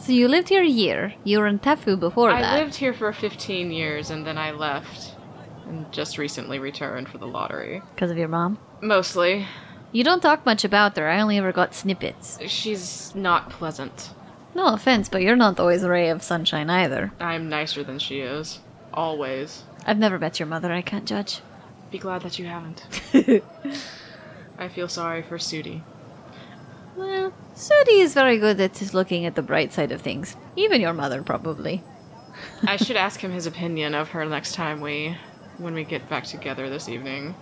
C: So you lived here a year. You were in Tefu before
B: I
C: that.
B: lived here for 15 years and then I left and just recently returned for the lottery.
C: Because of your mom?
B: Mostly.
C: You don't talk much about her. I only ever got snippets.
B: She's not pleasant.
C: No offense, but you're not always a ray of sunshine either.
B: I'm nicer than she is. Always.
C: I've never met your mother. I can't judge.
B: Be glad that you haven't. I feel sorry for Sudi.
C: Well, Sudi is very good at just looking at the bright side of things. Even your mother, probably.
B: I should ask him his opinion of her next time we when we get back together this evening.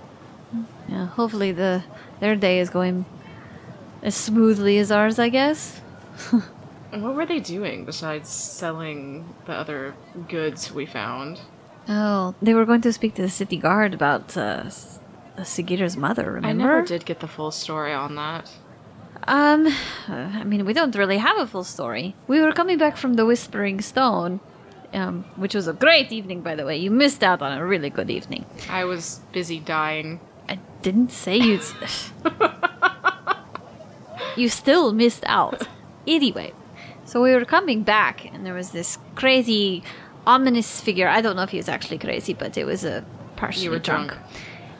C: Yeah, hopefully the their day is going as smoothly as ours, I guess.
B: And What were they doing besides selling the other goods we found?
C: Oh, they were going to speak to the city guard about uh, S- uh, Sugita's mother, remember?
B: I never did get the full story on that.
C: Um, uh, I mean, we don't really have a full story. We were coming back from the Whispering Stone, um, which was a great evening, by the way. You missed out on a really good evening.
B: I was busy dying.
C: I didn't say you. [laughs] you still missed out. Anyway, so we were coming back, and there was this crazy, ominous figure. I don't know if he was actually crazy, but it was a partially
B: You were
C: drunk.
B: drunk.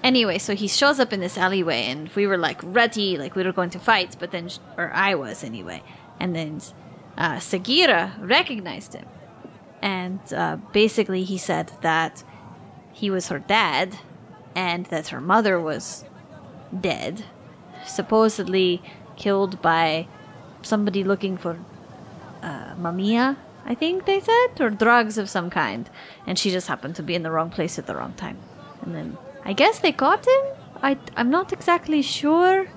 C: Anyway, so he shows up in this alleyway, and we were like ready, like we were going to fight, but then, sh- or I was anyway, and then uh, Sagira recognized him, and uh, basically he said that he was her dad and that her mother was dead, supposedly killed by somebody looking for uh, Mamiya, I think they said, or drugs of some kind. And she just happened to be in the wrong place at the wrong time. And then I guess they caught him? I, I'm not exactly sure.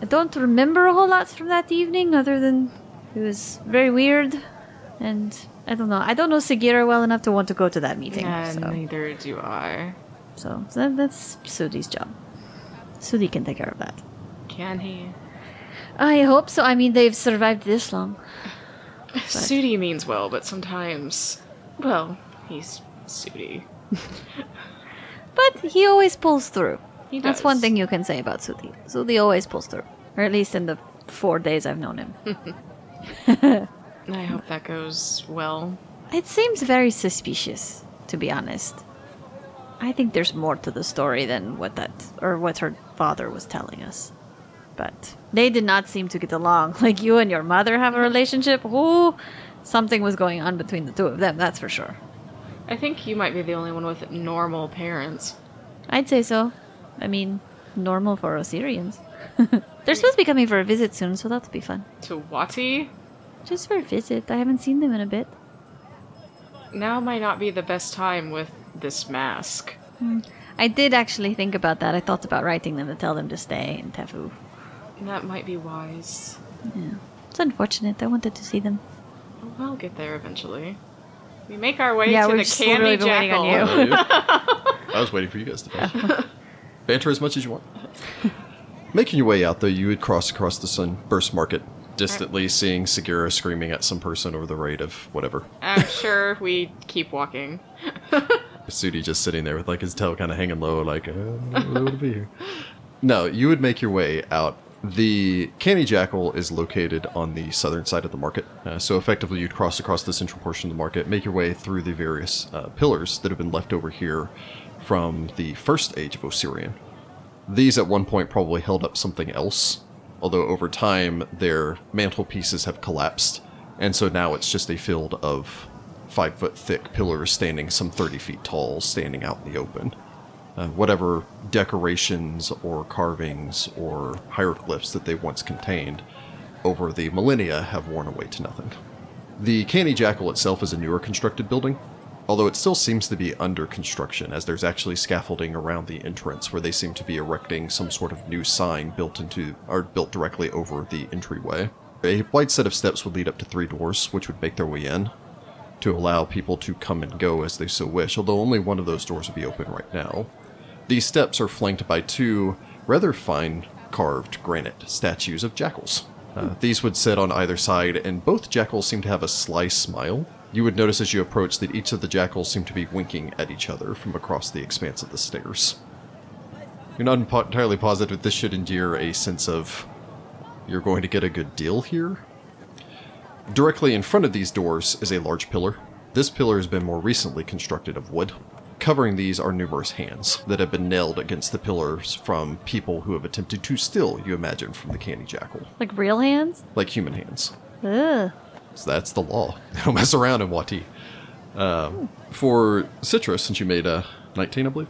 C: I don't remember a whole lot from that evening other than it was very weird. And I don't know. I don't know Sagira well enough to want to go to that meeting.
B: And
C: so.
B: neither do I.
C: So that, that's Sudi's job. Sudi can take care of that.
B: Can he?
C: I hope so. I mean, they've survived this long.
B: [laughs] Sudi means well, but sometimes, well, he's Sudi.
C: But he always pulls through.
B: He
C: That's
B: does.
C: one thing you can say about Sudi. Sudi always pulls through. Or at least in the four days I've known him.
B: I hope that goes well.
C: It seems very suspicious, to be honest. I think there's more to the story than what that or what her father was telling us. But they did not seem to get along. [laughs] Like you and your mother have a relationship. Ooh, something was going on between the two of them, that's for sure.
B: I think you might be the only one with normal parents.
C: I'd say so. I mean, normal for Osirians. [laughs] They're supposed to be coming for a visit soon, so that'll be fun.
B: To Wati,
C: Just for a visit. I haven't seen them in a bit.
B: now might not be the best time with this mask.
C: I did actually think about that. I thought about writing them to tell them to stay in Tefu.
B: That might be wise.
C: It's unfortunate. I wanted to see them.
B: We'll get there eventually. We make our way
C: Yeah,
B: to
C: we've
B: the
C: just
B: candy
C: literally been waiting
B: jackal.
C: on you.
A: I was waiting for you guys to finish. Banter as much as you want. Making your way out, though, you would cross across the Sunburst Market, distantly seeing Segura screaming at some person over the rate of whatever.
B: [laughs] I'm sure we keep walking.
A: Sudi just sitting there with like his tail kind of hanging low, like, uh, I'm not to be here. No, you would make your way out. The Candy Jackal is located on the southern side of the market, uh, so effectively you'd cross across the central portion of the market, make your way through the various uh, pillars that have been left over here from the first age of Osirian. These at one point probably held up something else, although over time their mantelpieces have collapsed, and so now it's just a field of five foot thick pillars standing some 30 feet tall, standing out in the open. Uh, whatever decorations or carvings or hieroglyphs that they once contained over the millennia have worn away to nothing. The Candy Jackal itself is a newer constructed building, although it still seems to be under construction, as there's actually scaffolding around the entrance where they seem to be erecting some sort of new sign built into or built directly over the entryway. A wide set of steps would lead up to three doors, which would make their way in to allow people to come and go as they so wish, although only one of those doors would be open right now. These steps are flanked by two rather fine carved granite statues of jackals. Uh, these would sit on either side, and both jackals seem to have a sly smile. You would notice as you approach that each of the jackals seem to be winking at each other from across the expanse of the stairs. You're not impo- entirely positive this should endear a sense of you're going to get a good deal here? Directly in front of these doors is a large pillar. This pillar has been more recently constructed of wood. Covering these are numerous hands that have been nailed against the pillars from people who have attempted to steal, you imagine, from the candy jackal,
C: Like real hands?
A: like human hands.
C: Ugh.
A: So that's the law. [laughs] Don't mess around in Wati. Um, for Citrus, since you made a 19, I believe,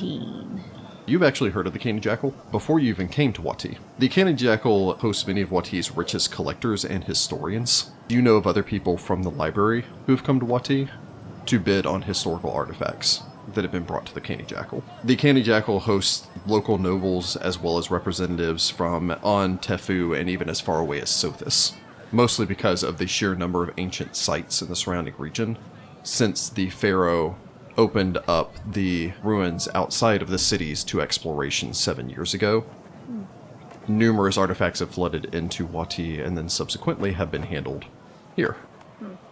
C: 19.
A: you've actually heard of the Candy Jackal before you even came to Wati. The Candy Jackal hosts many of Wati's richest collectors and historians. Do you know of other people from the library who have come to Wati to bid on historical artifacts that have been brought to the Candy Jackal? The Candy Jackal hosts local nobles as well as representatives from on Tefu and even as far away as Sothis mostly because of the sheer number of ancient sites in the surrounding region. Since the Pharaoh opened up the ruins outside of the cities to exploration seven years ago, numerous artifacts have flooded into Wati and then subsequently have been handled here.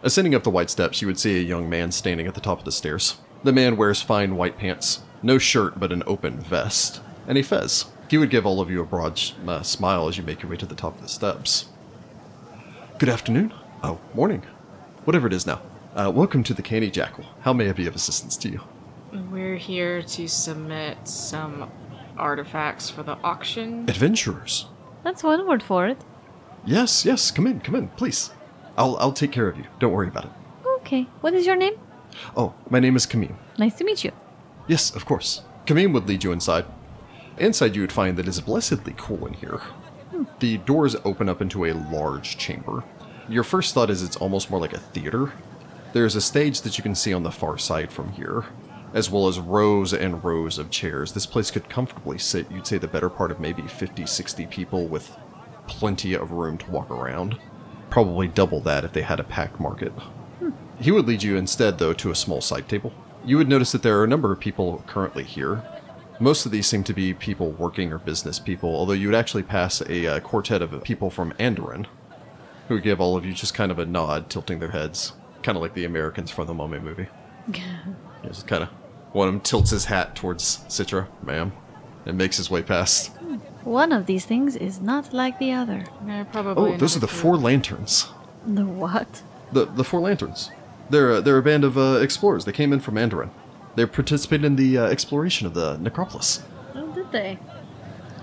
A: Ascending up the white steps, you would see a young man standing at the top of the stairs. The man wears fine white pants, no shirt but an open vest, and a fez. He would give all of you a broad sh- uh, smile as you make your way to the top of the steps. Good afternoon. Oh, morning. Whatever it is now. Uh, welcome to the Candy Jackal. How may I be of assistance to you?
B: We're here to submit some artifacts for the auction.
A: Adventurers.
C: That's one word for it.
A: Yes, yes. Come in, come in, please. I'll I'll take care of you. Don't worry about it.
C: Okay. What is your name?
A: Oh, my name is Camille.
C: Nice to meet you.
A: Yes, of course. Kameen would lead you inside. Inside, you would find that it is blessedly cool in here. The doors open up into a large chamber. Your first thought is it's almost more like a theater. There's a stage that you can see on the far side from here, as well as rows and rows of chairs. This place could comfortably sit, you'd say, the better part of maybe 50, 60 people with plenty of room to walk around. Probably double that if they had a packed market. He would lead you instead, though, to a small side table. You would notice that there are a number of people currently here. Most of these seem to be people working or business people, although you would actually pass a uh, quartet of people from Andoran, who would give all of you just kind of a nod, tilting their heads, kind of like the Americans from the Mummy movie. Yeah, Just kind of one of them tilts his hat towards Citra, ma'am, and makes his way past.
C: One of these things is not like the other.
B: They're probably
A: Oh, those are
B: another
A: the
B: few.
A: four lanterns.
C: The what?
A: The the four lanterns. They're uh, they're a band of uh, explorers. They came in from Mandarin. They participated in the uh, exploration of the necropolis.
C: Oh, did they?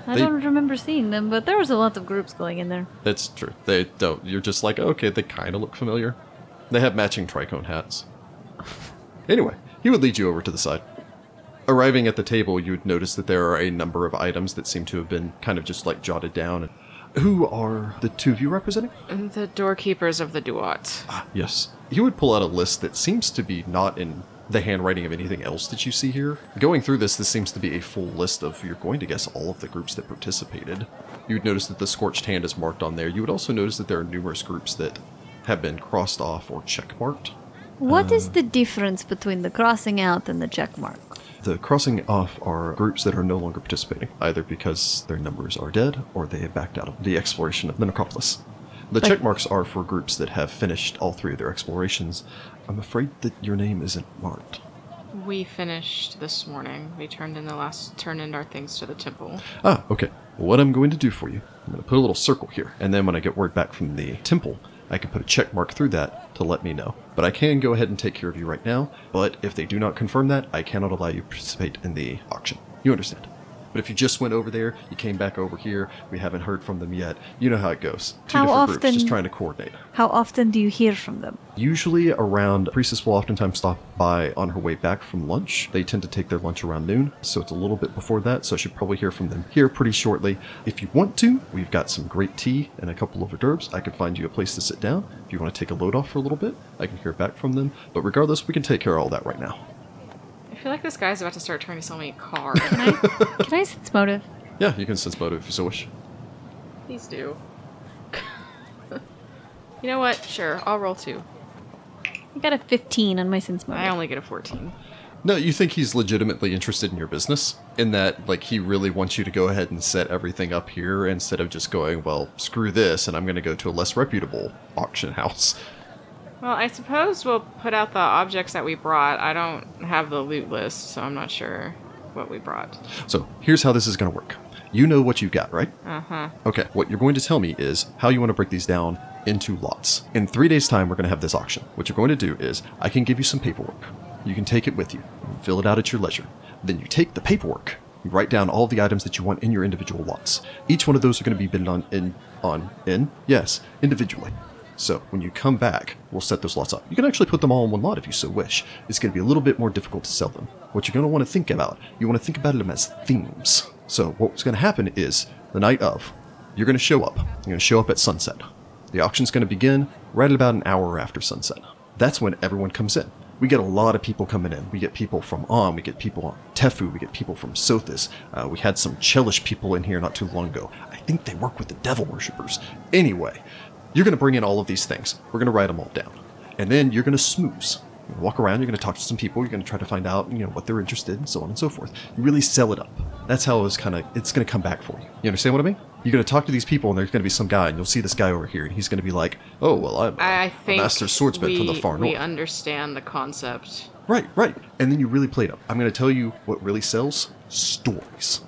C: I
A: They-
C: don't remember seeing them, but there was a lot of groups going in there.
A: That's true. They don't. You're just like "Oh, okay. They kind of look familiar. They have matching tricone hats. [laughs] Anyway, he would lead you over to the side. Arriving at the table, you'd notice that there are a number of items that seem to have been kind of just like jotted down. Who are the two of you representing?
B: The doorkeepers of the Duat.
A: Yes. He would pull out a list that seems to be not in the handwriting of anything else that you see here. Going through this, this seems to be a full list of, you're going to guess, all of the groups that participated. You would notice that the Scorched Hand is marked on there. You would also notice that there are numerous groups that have been crossed off or checkmarked.
C: What is
A: Um,
C: the difference between the crossing out and the check mark?
A: The crossing off are groups that are no longer participating, either because their numbers are dead or they have backed out of the exploration of the necropolis. The
C: Okay.
A: check marks are for groups that have finished all three of their explorations. I'm afraid that your name isn't marked.
B: We finished this morning. We turned in the last turned in our things to the temple.
A: Ah, okay. What I'm going to do for you, I'm going to put a little circle here, and then when I get word back from the temple, I can put a check mark through that to let me know. But I can go ahead and take care of you right now, but if they do not confirm that, I cannot allow you to participate in the auction. You understand? But if you just went over there, you came back over here, we haven't heard from them yet, you know how it goes. Two
C: How
A: different groups
C: often-
A: just trying to coordinate.
C: How often do you hear from them?
A: Usually around Priestess will oftentimes stop by on her way back from lunch. They tend to take their lunch around noon, so it's a little bit before that, so I should probably hear from them here pretty shortly. If you want to, we've got some great tea and a couple of hors d'oeuvres. I can find you a place to sit down. If you want to take a load off for a little bit, I can hear back from them. But regardless, we can take care of all that right now.
B: I feel like this guy's about to start trying to sell me a
C: [laughs]
B: car.
C: Can I, can I sense motive?
A: Yeah, you can sense motive if you so wish.
B: Please do. [laughs] you know what? Sure, I'll roll two.
C: I got a 15 on my sense motive.
B: I only get a fourteen.
A: No, you think he's legitimately interested in your business, in that, like, he really wants you to go ahead and set everything up here instead of just going, well, screw this, and I'm going to go to a less reputable auction [laughs] house.
B: Well, I suppose we'll put out the objects that we brought. I don't have the loot list, so I'm not sure what we brought.
A: So here's how this is going to work. You know what you've got, right?
B: Uh huh.
A: Okay, what you're going to tell me is how you want to break these down into lots. In three days' time, we're going to have this auction. What you're going to do is I can give you some paperwork. You can take it with you, and fill it out at your leisure. Then you take the paperwork, you write down all the items that you want in your individual lots. Each one of those are going to be bidded on in on in yes individually. So when you come back, we'll set those lots up. You can actually put them all in one lot if you so wish. It's going to be a little bit more difficult to sell them. What you're going to want to think about, you want to think about them as themes. So what's going to happen is the night of, you're going to show up. You're going to show up at sunset. The auction's going to begin right at about an hour after sunset. That's when everyone comes in. We get a lot of people coming in. We get people from On, we get people on Tefu, we get people from Sothis. Uh, we had some Chelish people in here not too long ago. I think they work with the devil worshippers. Anyway, you're going to bring in all of these things. We're going to write them all down. And then you're going to smooze. You're gonna walk around, you're going to talk to some people, you're going to try to find out, you know, what they're interested in, so on and so forth. You really sell it up. That's how it's kind of it's going to come back for you. You understand what I mean? You're going to talk to these people and there's going to be some guy and you'll see this guy over here and he's going to be like, "Oh, well, I'm a-
B: I, I
A: a
B: think
A: master swordsman
B: we,
A: from the far
B: we
A: north."
B: understand the concept.
A: Right, right. And then you really played up. I'm going to tell you what really sells stories.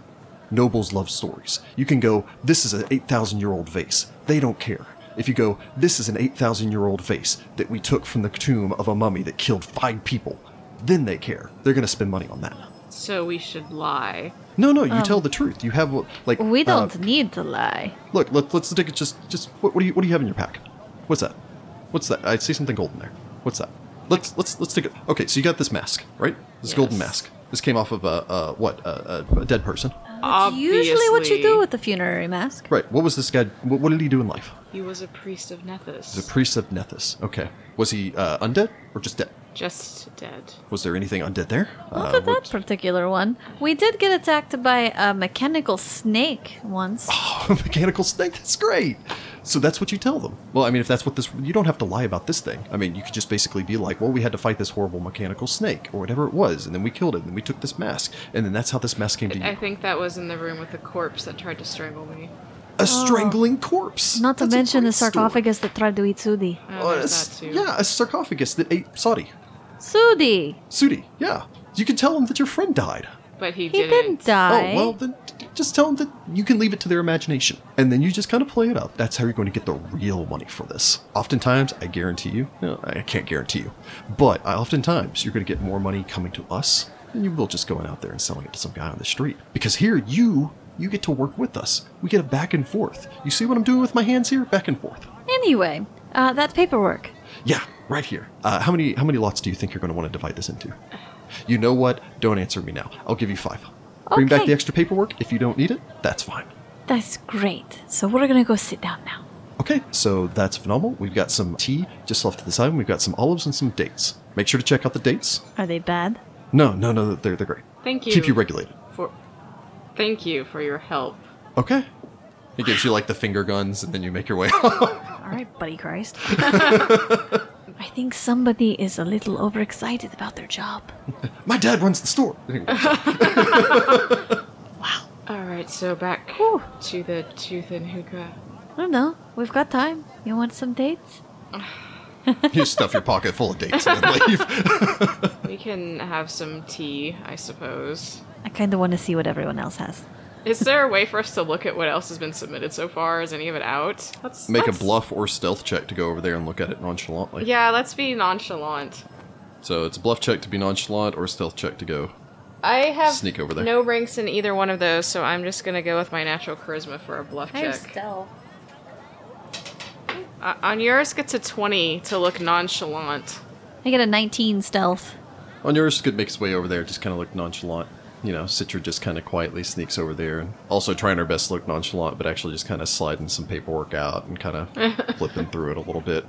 A: Nobles love stories. You can go, this is an 8,000 year old vase. They don't care. If you go, this is an 8,000 year old vase that we took from the tomb of a mummy that killed five people, then they care. They're going to spend money on that.
B: So we should lie.
A: No, no, you tell the truth. You have, what- like.
C: Um. We
A: uh,
C: don't need to lie.
A: look, let, let's take it just. just what, what, do you, what do you have in your pack? What's that? What's that? I see something gold in there. What's that? Let's let's let's take it. Okay, so you got this mask, right? This golden
B: Yes.
A: mask. This came off of a uh, what? A, a, a dead person,
C: That's usually what you
B: Obviously.
C: do with a funerary mask.
A: right? What was this guy? What, what did he do in life?
B: He was a priest of Nethys.
A: He's a priest of Nethys. Okay, was he uh, undead or just dead?
B: Just dead.
A: Was there anything undead there?
C: Not
A: Uh,
C: at that
A: what-
C: particular one. We did get attacked by a mechanical snake once.
A: Oh, [laughs] mechanical snake. That's great. So that's what you tell them. Well, I mean, if that's what this, you don't have to lie about this thing. I mean, you could just basically be like, well, we had to fight this horrible mechanical snake or whatever it was, and then we killed it, and then we took this mask, and then that's how this mask came to you.
B: I think that was in the room with the corpse that tried to strangle me.
A: a
B: oh.
A: strangling corpse.
C: Not to
A: That's a
C: mention the
A: great story.
C: sarcophagus that tried to eat Sudi.
B: Oh,
A: Uh,
B: there's
A: s-
B: that too.
A: yeah, a sarcophagus that ate Saudi.
C: Sudi!
A: Sudi, yeah. You can tell them that your friend died.
B: But he,
C: He didn't die.
A: Oh, well, then t- just tell them that you can leave it to their imagination. And then you just kind of play it up. That's how you're going to get the real money for this. Oftentimes, I guarantee you, no, I can't guarantee you, but I, oftentimes you're going to get more money coming to us than you will just going out there and selling it to some guy on the street. Because here, you. You get to work with us. We get a back and forth. You see what I'm doing with my hands here? Back and forth.
C: Anyway, uh, that paperwork.
A: Yeah, right here. Uh, how many how many lots do you think you're going to want to divide this into? You know what? Don't answer me now. I'll give you five. Bring back
C: Okay.
A: the extra paperwork. If you don't need it, that's fine.
C: That's great. So we're gonna go sit down now.
A: Okay, so that's phenomenal. We've got some tea just off to the side. and We've got some olives and some dates. Make sure to check out the dates.
C: Are they bad?
A: No, no, no, they're they're great.
B: Thank you.
A: Keep you regulated.
B: for. Thank you for your help.
A: Okay. He gives you like the finger guns, and then you make your way. [laughs] off.
C: Alright, buddy Christ. I think somebody is a little overexcited about their job.
A: My dad runs the store. [laughs]
B: All right, so back
C: Whew.
B: to the tooth and hookah.
C: I don't know. We've got time. You want some dates?
A: you stuff your pocket full of dates and then
B: [laughs]
A: leave.
B: We can have some tea, I suppose.
C: I kinda wanna see what everyone else has.
B: Is there a way for us to look at what else has been submitted so far? Is any of it out? Let's
A: Make a
B: let's-
A: bluff or stealth check to go over there and look at it nonchalantly.
B: Yeah, let's be nonchalant.
A: So it's a bluff check to be nonchalant or a stealth check to go.
B: I have
A: Sneak over there.
B: no ranks in either one of those, so I'm just gonna go with my natural charisma for a bluff check. Uh, on yours gets a 20 to look nonchalant.
C: I get a 19 stealth.
A: On yours could make his way over there, just kind of look nonchalant. You know, Citra just kind of quietly sneaks over there, and also trying her best to look nonchalant, but actually just kind of sliding some paperwork out and kind of flipping through it a little bit.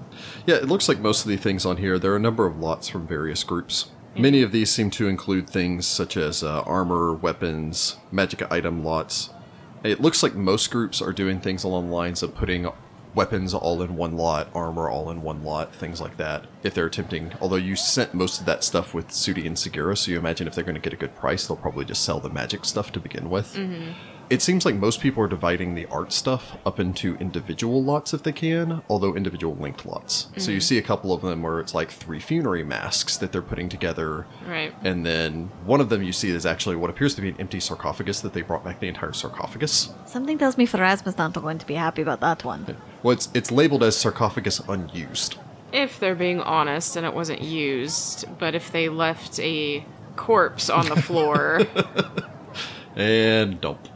A: Yeah, it looks like most of the things on here, there are a number of lots from various groups. Many of these seem to include things such as uh, armor, weapons, magic item lots. It looks like most groups are doing things along the lines of putting weapons all in one lot, armor all in one lot, things like that. If they're attempting, although you sent most of that stuff with Sudi and Segura, so you imagine if they're going to get a good price, they'll probably just sell the magic stuff to begin with. It seems like most people are dividing the art stuff up into individual lots if they can, although individual linked lots. So you see a couple of them where it's like three funerary masks that they're putting together
B: Right.
A: and then one of them you see is actually what appears to be an empty sarcophagus that they brought back the entire sarcophagus.
C: Something tells me Pharasma's not going to be happy about that one.
A: Well, it's, it's labeled as sarcophagus unused.
B: If they're being honest and it wasn't used, but if they left a corpse on the floor,
A: And
B: [laughs]
A: dump.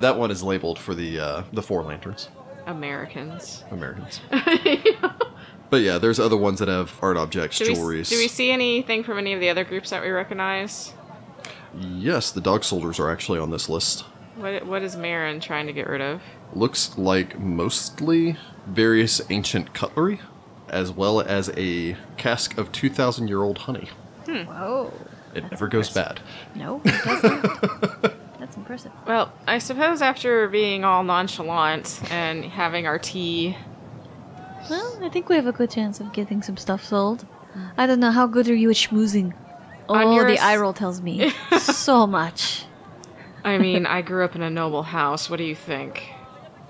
A: that one is labeled for the uh, the four lanterns,
B: Americans. [laughs]
A: Americans. But yeah, there's other ones that have art objects,
B: Do we, do we
A: jewelries.
B: see anything from any of the other groups that we recognize?
A: Yes, the dog soldiers are actually on this list.
B: What what is Marin trying to get rid of?
A: Looks like mostly various ancient cutlery, as well as a cask of 2,000 year old honey.
B: Hmm.
C: Whoa.
A: It never goes bad.
C: No, it doesn't. That's impressive.
B: Well, I suppose after being all nonchalant and having our tea,
C: Well, I think we have a good chance of getting some stuff sold. I don't know how good are you at schmoozing.
B: I'm
C: Oh, the
B: yours.
C: eye roll
B: [laughs]
C: tells me so much.
B: I mean, I grew up in a noble house. What do you think?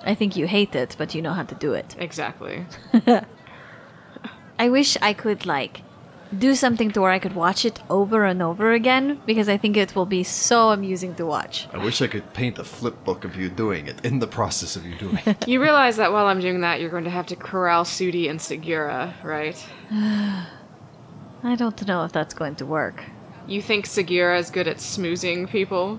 C: I think you hate it, but you know how to do it.
B: Exactly.
C: I wish I could like do something to where I could watch it over and over again because I think it will be so amusing to watch.
A: I wish I could paint a flip book of you doing it, in the process of you doing it.
B: You realize that while I'm doing that, you're going to have to corral Sudi and Segura, right?
C: I don't know if that's going to work.
B: You think Segura is good at smoozing people?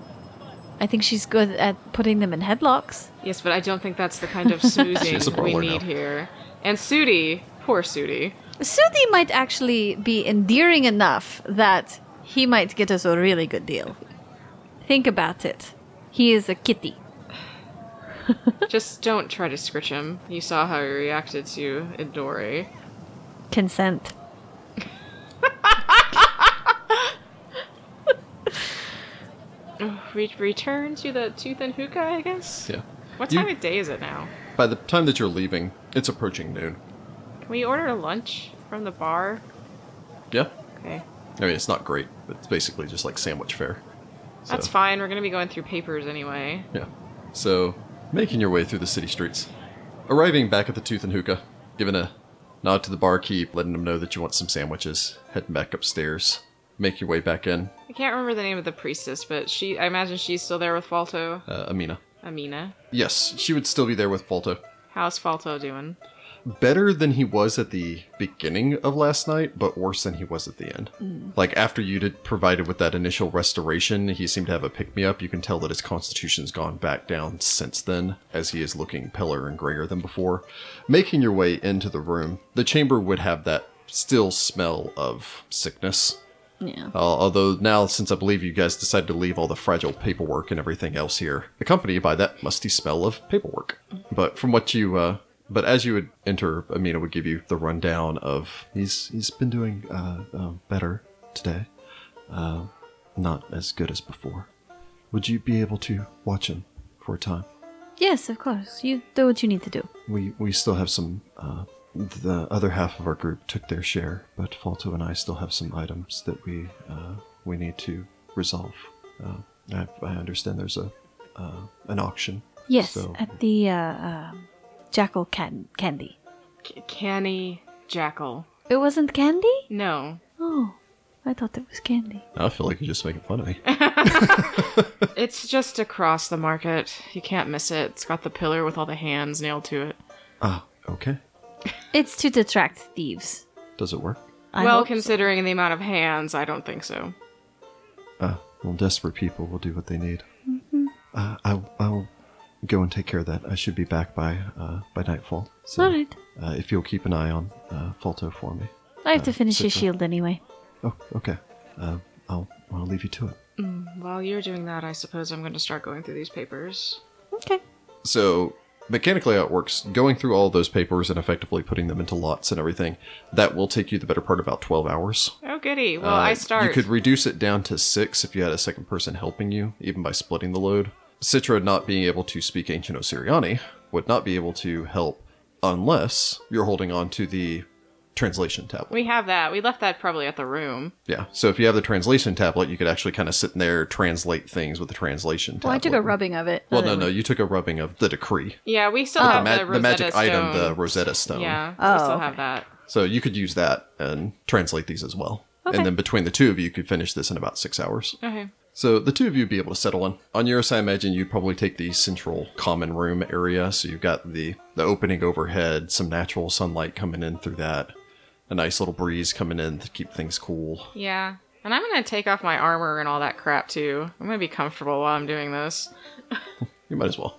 C: I think she's good at putting them in headlocks.
B: Yes, but I don't think that's the
A: [laughs]
B: kind of smoozing
A: She's a
B: we
A: brawler
B: need
A: now.
B: here. And Sudi, poor Sudi.
C: Sudi might actually be endearing enough that he might get us a really good deal. Think about it. He is a kitty.
B: Just don't try to scritch him. You saw how he reacted to Idori.
C: Consent.
B: Re- return to the Tooth and Hookah, I guess?
A: [laughs] Yeah.
B: What
A: You-
B: time of day is it now?
A: By the time that you're leaving, it's approaching noon.
B: Can we order lunch from the bar?
A: Yeah?
B: Okay.
A: I mean, it's not great, but it's basically just like sandwich fare. So,
B: That's fine. We're going to be going through papers anyway.
A: Yeah. So, making your way through the city streets, arriving back at the Tooth and Hookah, giving a nod to the barkeep, letting them know that you want some sandwiches, heading back upstairs, make your way back in.
B: I can't remember the name of the priestess, but she I imagine she's still there with Falto.
A: Uh, Amina.
B: Amina.
A: Yes, she would still be there with Volto.
B: How's Falto doing?
A: better than he was at the beginning of last night, but worse than he was at the end. Like after you did provided with that initial restoration, he seemed to have a pick me up. You can tell that his constitution's gone back down since then, as he is looking paler and grayer than before. Making your way into the room, the chamber would have that still smell of sickness.
C: Yeah.
A: Uh, although now, since I believe you guys decided to leave all the fragile paperwork and everything else here, accompanied by that musty smell of paperwork. But from what you, uh, but as you would enter, Amina would give you the rundown of he's he's been doing uh, uh, better today, uh, not as good as before. Would you be able to watch him for a time?
C: Yes, of course. You do what you need to do.
A: We we still have some. Uh, the other half of our group took their share, but Falto and I still have some items that we uh, we need to resolve. Uh, I, I understand there's a uh, an auction.
C: Yes,
A: So-
C: at the uh, uh, Jackal can- Candy.
B: C- canny Jackal.
C: It wasn't candy?
B: No.
C: Oh, I thought it was candy.
A: I feel like you're just making fun of
C: [laughs]
A: me.
B: It's just across the market. You can't miss it. It's got the pillar with all the hands nailed to it.
A: Ah, okay.
C: It's to detract thieves.
A: Does it work?
C: I
B: well,
C: hope so.
B: considering the amount of hands, I don't think so.
A: Uh, well, desperate people will do what they need.
C: Mm-hmm.
A: Uh, I I'll go and take care of that. I should be back by uh, by nightfall. So
C: All right.
A: uh, if you'll keep an eye on uh, Falto for me.
C: I have to finish
A: Uh, sit
C: his
A: down.
C: shield anyway.
A: Oh, okay. Uh, I'll I'll leave you to it.
B: While you're doing that, I suppose I'm going to start going through these papers.
C: Okay.
A: so mechanically how it works going through all those papers and effectively putting them into lots and everything that will take you the better part of about 12 hours
B: Oh, goody. Well,
A: Uh,
B: I start.
A: you could reduce it down to six if you had a second person helping you even by splitting the load citra not being able to speak ancient osiriani would not be able to help unless you're holding on to the translation tablet.
B: We have that. We left that probably at the room.
A: Yeah. So if you have the translation tablet, you could actually kind of sit in there, translate things with the translation tablet.
C: Well, I took a rubbing of it.
A: Well, no, no, you took a rubbing of the decree.
B: Yeah, we still
A: The,
B: have
A: ma-
B: the,
A: the magic
B: Rosetta
A: item,
B: Stone.
A: the Rosetta Stone.
B: Yeah, we
C: Oh,
B: still
C: okay.
B: have that.
A: So you could use that and translate these as well.
D: Okay.
A: And then between the two of you, you could finish this in about six hours.
B: Okay.
A: So the two of you would be able to settle in. On yours, I imagine you'd probably take the central common room area. So you've got the, the opening overhead, some natural sunlight coming in through that, a nice little breeze coming in to keep things cool.
B: Yeah. And I'm gonna take off my armor and all that crap too. I'm gonna be comfortable while I'm doing this.
A: You might as well.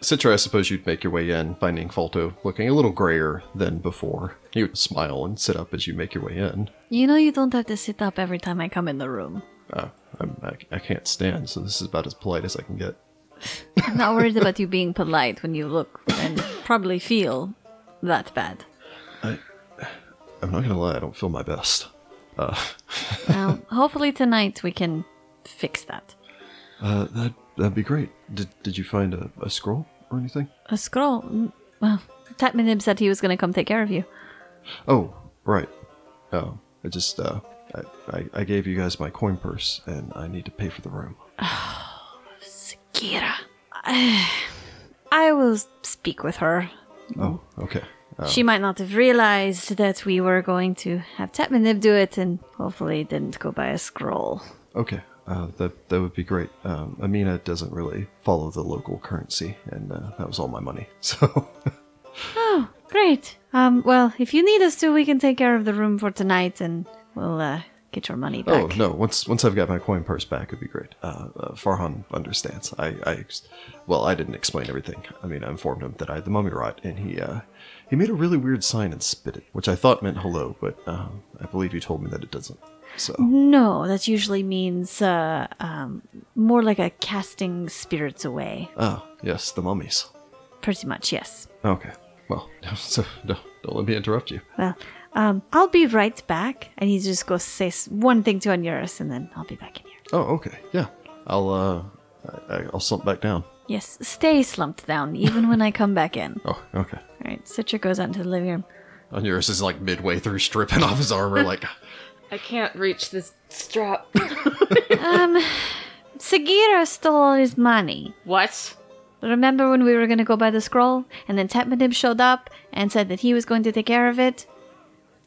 A: Citra, I suppose you'd make your way in, finding Falto looking a little grayer than before. He would smile and sit up as you make your way in.
D: You know you don't
C: have to sit up every time I come in the room.
A: Uh, I'm, I, I can't stand, so this is about as polite as I can get.
C: I'm not worried about you being polite when you look and probably feel that bad.
A: I'm not gonna lie, I don't feel my best. Uh,
C: Well, hopefully tonight we can fix that.
A: uh, that, that'd be great. Did, did you find a, a scroll or anything?
C: A scroll. mm, Well, Tatmanib said he was going to come take care of you.
A: Oh, right. Oh, I just, uh, I, I, I gave you guys my coin purse, and I need to pay for the room.
C: Kira. [sighs] I will speak with her.
A: Oh, okay. Uh,
C: She might not have realized that we were going to have Tatmanib do it and hopefully didn't go by a scroll.
A: Okay, uh, that that would be great. Um, Amina doesn't really follow the local currency, and uh, that was all my money. [laughs] So,
C: Oh, great. Um, well, if you need us to, we can take care of the room for tonight and we'll uh, get your money back.
A: oh no, once once I've got my coin purse back, it'd be great. Uh, uh, Farhan understands. I, I, ex- well, I didn't explain everything. I mean, I informed him that I had the mummy rot, and he uh, he made a really weird sign and spit it, which I thought meant hello, but um, I believe you told me that it doesn't. So,
C: Mm-hmm. No, that usually means uh, um, more like a casting spirits away.
A: ah, yes, the mummies.
C: Pretty much, yes.
A: Okay, well, [laughs] so no, don't let me interrupt you.
C: Well, um, I'll be right back. I need to just go say s- one thing to Onuris and then I'll be back in here.
A: Oh, okay, yeah, I'll uh, I, I- I'll slump back down.
C: Yes, stay slumped down even when I come back in.
A: Oh, okay.
C: All right, Citra goes out into the living room.
A: Onuris is like midway through stripping [laughs] off his armor, like,
B: I can't reach this strap. [coughs]
C: Um, Sagira stole all his money.
B: what?
C: Remember when we were going to go by the scroll, and then Tatmanib showed up and said that he was going to take care of it?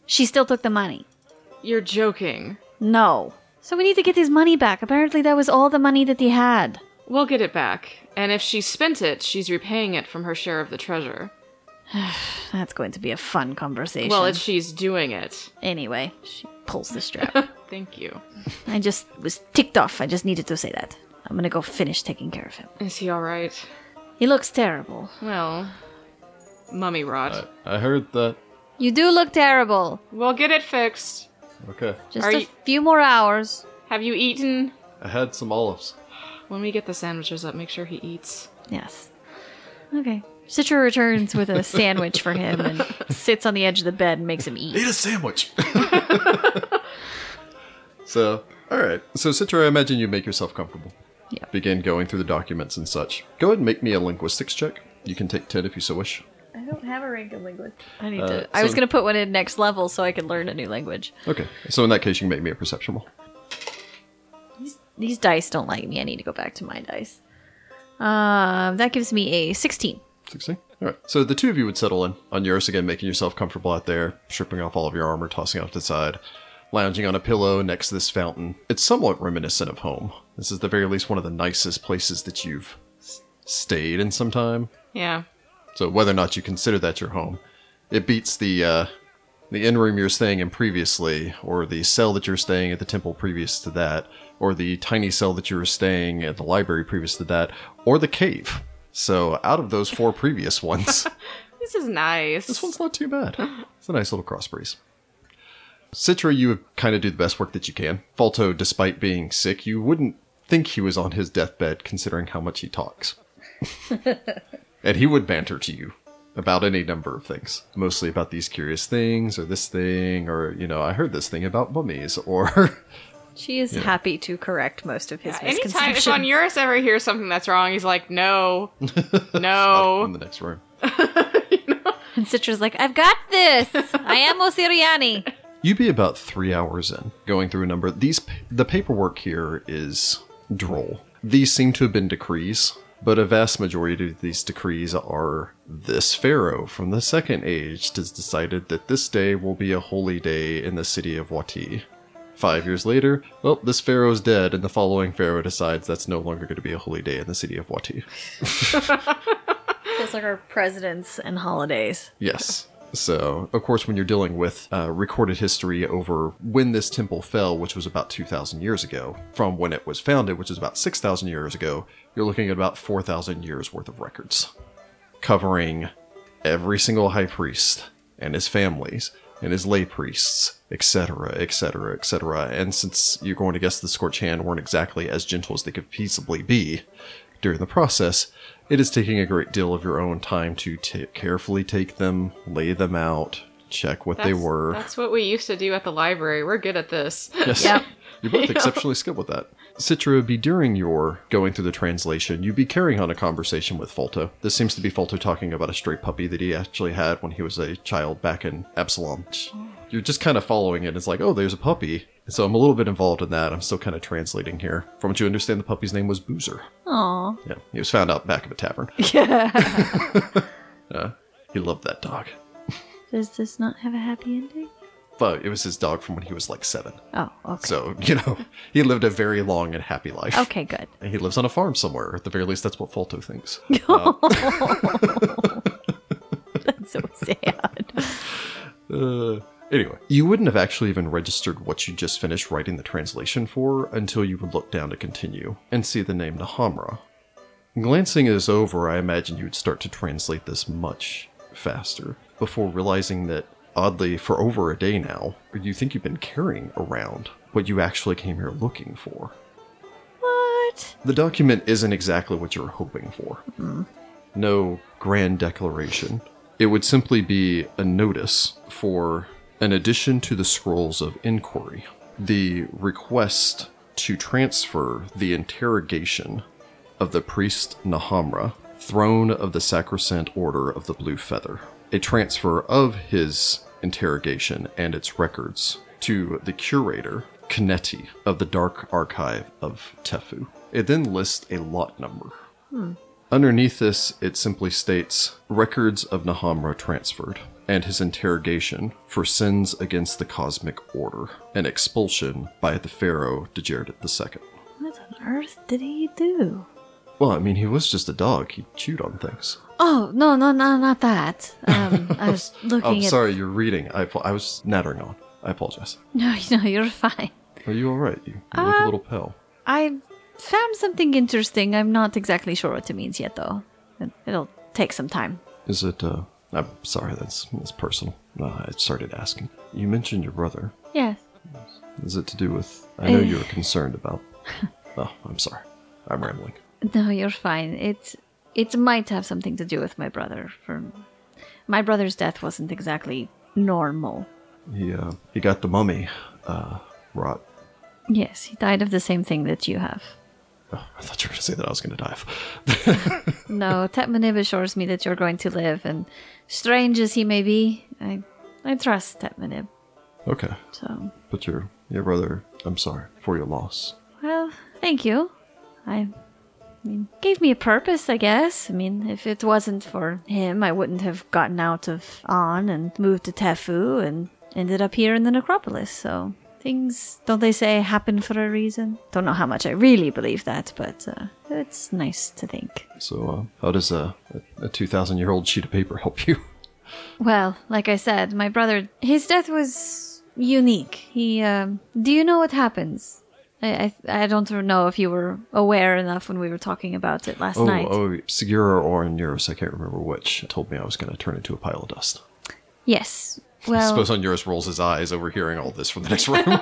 C: She still took the money.
B: You're joking.
C: No. So we need to get his money back. Apparently, that was all the money that he had.
B: We'll get it back. And if she spent it, she's repaying it from her share of the treasure.
C: That's going to be a fun conversation.
B: Well, if she's doing it.
C: anyway, she pulls the strap. [laughs]
B: Thank you.
C: I just was ticked off. I just needed to say that. I'm gonna go finish taking care of him.
B: Is he alright?
C: He looks terrible.
B: Well, mummy rot.
A: I heard that.
C: You do look terrible.
B: we'll get it fixed.
A: Okay.
C: Just
B: Are
C: a
B: you-
C: few more hours.
B: Have you eaten?
A: I had some olives.
B: When we get the sandwiches up, make sure he eats.
C: Yes. Okay. Citra returns
A: [laughs]
C: with a sandwich for him and sits on the edge of the bed and makes him eat.
A: Eat a sandwich! so, alright. So, Citra, I imagine you make yourself comfortable.
C: Yeah.
A: Begin going through the documents and such. Go ahead and make me a linguistics check. You can take 10 if you so wish.
D: I don't have a rank in language.
C: I need
A: Uh,
C: to. I was
A: so-
C: gonna put one in next level so I could learn a new language.
A: Okay. So, in that case, you can make me a perception roll.
C: These, these dice don't like me. I need to go back to my dice. Um, that gives me a sixteen.
A: 16. All right. So the two of you would settle in on Eurus again, making yourself comfortable out there, stripping off all of your armor, tossing it off to the side, lounging on a pillow next to this fountain. It's somewhat reminiscent of home. This is, at the very least, one of the nicest places that you've s- stayed in some time.
B: Yeah.
A: So whether or not you consider that your home, it beats the uh, the inn room you're staying in previously, or the cell that you're staying at the temple previous to that, or the tiny cell that you were staying at the library previous to that, or the cave. So out of those four previous ones,
B: This is nice.
A: this one's not too bad. It's a nice little cross breeze. Citra, you kind of do the best work that you can. Falto, despite being sick, you wouldn't think he was on his deathbed considering how much he talks. and he would banter to you about any number of things, mostly about these curious things or this thing, or, you know, I heard this thing about mummies, or.
D: She is happy to correct most of his
B: Yeah, anytime if
D: misconceptions.
B: on Eurus ever
A: [laughs]
B: hears something that's wrong, he's like, no,
A: in
B: no.
A: the next room.
E: And Citra's like, I've got
B: [laughs]
E: this. I am Osiriani.
A: You'd be about three hours in going through a number. These p- the paperwork here is droll. These seem to have been decrees, but a vast majority of these decrees are this pharaoh from the Second Age has decided that this day will be a holy day in the city of Wati. Five years later, well, this pharaoh's dead, and the following pharaoh decides that's no longer going to be a holy day in the city of Wati.
C: Feels like our presidents and holidays.
A: Yes. So, of course, when you're dealing with uh, recorded history over when this temple fell, which was about 2,000 years ago, from when it was founded, which is about 6,000 years ago, you're looking at about 4,000 years worth of records covering every single high priest and his families and his lay priests, etc., etc., etc. And since you're going to guess the Scorch Hand weren't exactly as gentle as they could feasibly be during the process, it is taking a great deal of your own time to ta carefully take them, lay them out, check what they
B: That's-
A: were.
B: That's what we used to do at the library. We're good at this.
A: Yes. [laughs] You're both exceptionally skilled with that. Citra would be during your going through the translation, you'd be carrying on a conversation with Falto. This seems to be Falto talking about a stray puppy that he actually had when he was a child back in Absalom. You're just kind of following it. It's like, oh, there's a puppy. So I'm a little bit involved in that. I'm still kind of translating here. From what you understand, the puppy's name was Boozer.
C: Aw.
A: Yeah, he was found out back of a tavern. Uh,
C: Yeah.
A: [laughs] He loved that dog.
C: Does this not have a happy ending?
A: But it was his dog from when he was like seven.
C: Oh, okay.
A: So, you know, [laughs] he lived a very long and happy life.
C: Okay, good.
A: And He lives on a farm somewhere. At the very least, that's what Falto thinks.
C: That's [laughs] so sad.
A: Uh, anyway, you wouldn't have actually even registered what you just finished writing the translation for until you would look down to continue and see the name Nahamra. Glancing this over, I imagine you would start to translate this much faster before realizing that, oddly, for over a day now, you think you've been carrying around what you actually came here looking for.
C: What?
A: The document isn't exactly what you're hoping for. No grand declaration. It would simply be a notice for an addition to the Scrolls of Inquiry, the request to transfer the interrogation of the priest Nahamra, throne of the Sacrosanct Order of the Blue Feather, a transfer of his interrogation and its records to the curator, Kineti, of the Dark Archive of Tefu. It then lists a lot number. Underneath this, it simply states records of Nahamra transferred and his interrogation for sins against the Cosmic Order and expulsion by the Pharaoh Djerdit II.
C: What on earth did he do?
A: Well, I mean, he was just a dog. He chewed on things.
C: Oh, no, no, no, not that. Um, I [laughs] was
A: Oh,
C: looking at.
A: sorry, you're reading. I, apo- I was nattering on. I apologize.
C: No, [laughs] no, you're fine.
A: Are you all right? You, you
C: Uh,
A: look a little pale.
C: I found something interesting. I'm not exactly sure what it means yet, though. It- It'll take some time.
A: Is it, uh, I'm sorry, that's, that's personal. No, I started asking. You mentioned your brother.
C: Yes.
A: Is it to do with, I know
C: [sighs]
A: you were concerned
C: [laughs]
A: about. Oh, I'm sorry. I'm rambling.
C: No, you're fine. It it might have something to do with my brother. For my brother's death wasn't exactly normal.
A: He, uh, he got the mummy, uh, rot.
C: Yes, he died of the same thing that you have.
A: Oh, I thought you were going to say that I was going to die.
C: No, Tetmanib assures me that you're going to live, and strange as he may be, I I trust Tetmanib.
A: okay.
C: So,
A: But your, your brother, I'm sorry for your loss.
C: well, thank you. I, I mean, gave me a purpose, I guess. I mean, if it wasn't for him, I wouldn't have gotten out of On and moved to Tefu and ended up here in the necropolis. So, things don't they say happen for a reason? Don't know how much I really believe that, but uh, it's nice to think.
A: So, uh, how does a, a, a 2,000 year old sheet of paper help
C: [laughs]
A: you?
C: Well, like I said, my brother, his death was unique. He, um, do you know what happens? I, I, I don't know if you were aware enough when we were talking about it last
A: Oh,
C: night.
A: oh, Segura or Eurus, I can't remember which, told me I was going to turn into a pile of dust.
C: Yes.
A: I
C: Well,
A: suppose Eurus rolls his eyes overhearing all this from the next
C: [laughs]
A: room.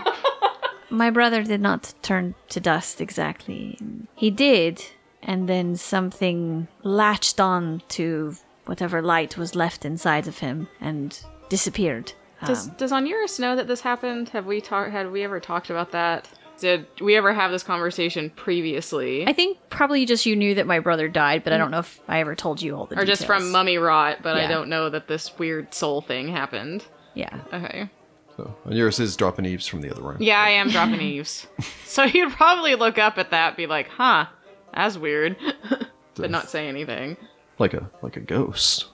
C: my brother did not turn to dust exactly. He did, and then something latched on to whatever light was left inside of him and disappeared. Uh,
F: Um,
B: Does Does Onuris know that this happened? Have we talked? Had we ever talked about that? Did we ever have this conversation previously?
F: I think probably just you knew that my brother died, but I don't know if I ever told you all the
B: or just
F: details.
B: from mummy rot, but I
F: Yeah.
B: don't know that this weird soul thing happened.
F: Yeah.
B: Okay.
A: So, and yours is dropping eaves from the other room.
B: Yeah, I
F: [laughs]
B: am dropping eaves. So you'd probably look up at that, and be like, "Huh, that's weird," [laughs] but not say anything.
A: Like a like a ghost.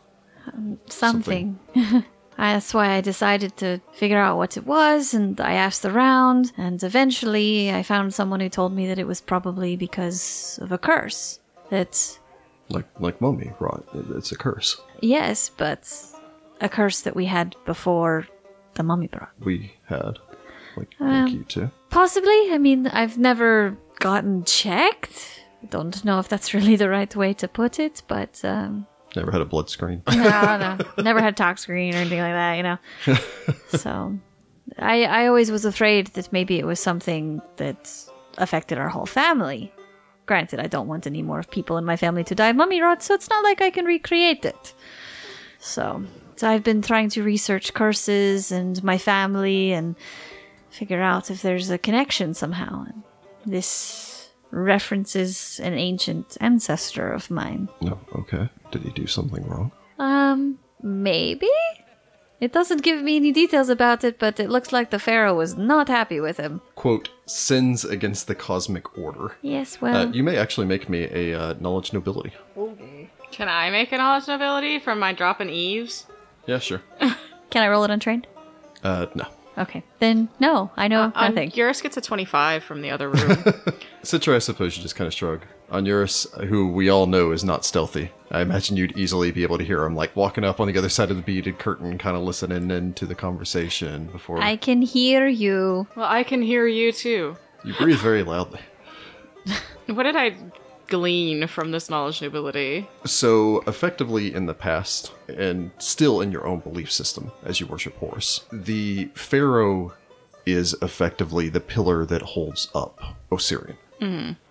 C: something. I- That's why I decided to figure out what it was, and I asked around, and eventually I found someone who told me that it was probably because of a curse. That,
A: Like like mummy rot. It- It's a curse.
C: yes, but a curse that we had before the mummy brought.
A: We had. Like,
C: Um,
A: like you too.
C: Possibly? I mean, I've never gotten checked. Don't know if that's [laughs] really the right way to put it, but um,
A: Never had a blood
C: [laughs]
A: screen.
C: I don't know. Never had tox green or anything like that, you know. so I I always was afraid that maybe it was something that affected our whole family. Granted, I don't want any more people in my family to die of mummy rot, so it's not like I can recreate it. So, so I've been trying to research curses and my family and figure out if there's a connection somehow. And this references an ancient ancestor of mine.
A: no, okay. Did he do something wrong?
C: Um, maybe? It doesn't give me any details about it, but it looks like the Pharaoh was not happy with him.
A: Quote, sins against the cosmic order.
C: Yes,
A: Uh,
C: well,
A: you may actually make me a uh, knowledge nobility.
B: Can I make a knowledge nobility from my dropping eaves?
A: Yeah, sure.
C: can I roll it untrained?
A: Uh, no.
C: Okay. Then, no,
F: Oh,
C: I
A: Uh,
C: know
B: On
C: nothing.
B: Eurus Um, gets a twenty-five from the
F: [laughs]
B: other room.
A: Citra, I suppose you just kind of shrug. On Eurus, who we all know is not stealthy, I imagine you'd easily be able to hear him, like walking up on the other side of the beaded curtain, kind of listening into the conversation before
C: I can hear you.
B: well, I can hear you too.
A: you breathe very loudly.
B: What did I glean from this knowledge nobility?
A: So, effectively, in the past, and still in your own belief system as you worship Horus, the Pharaoh is effectively the pillar that holds up Osirian.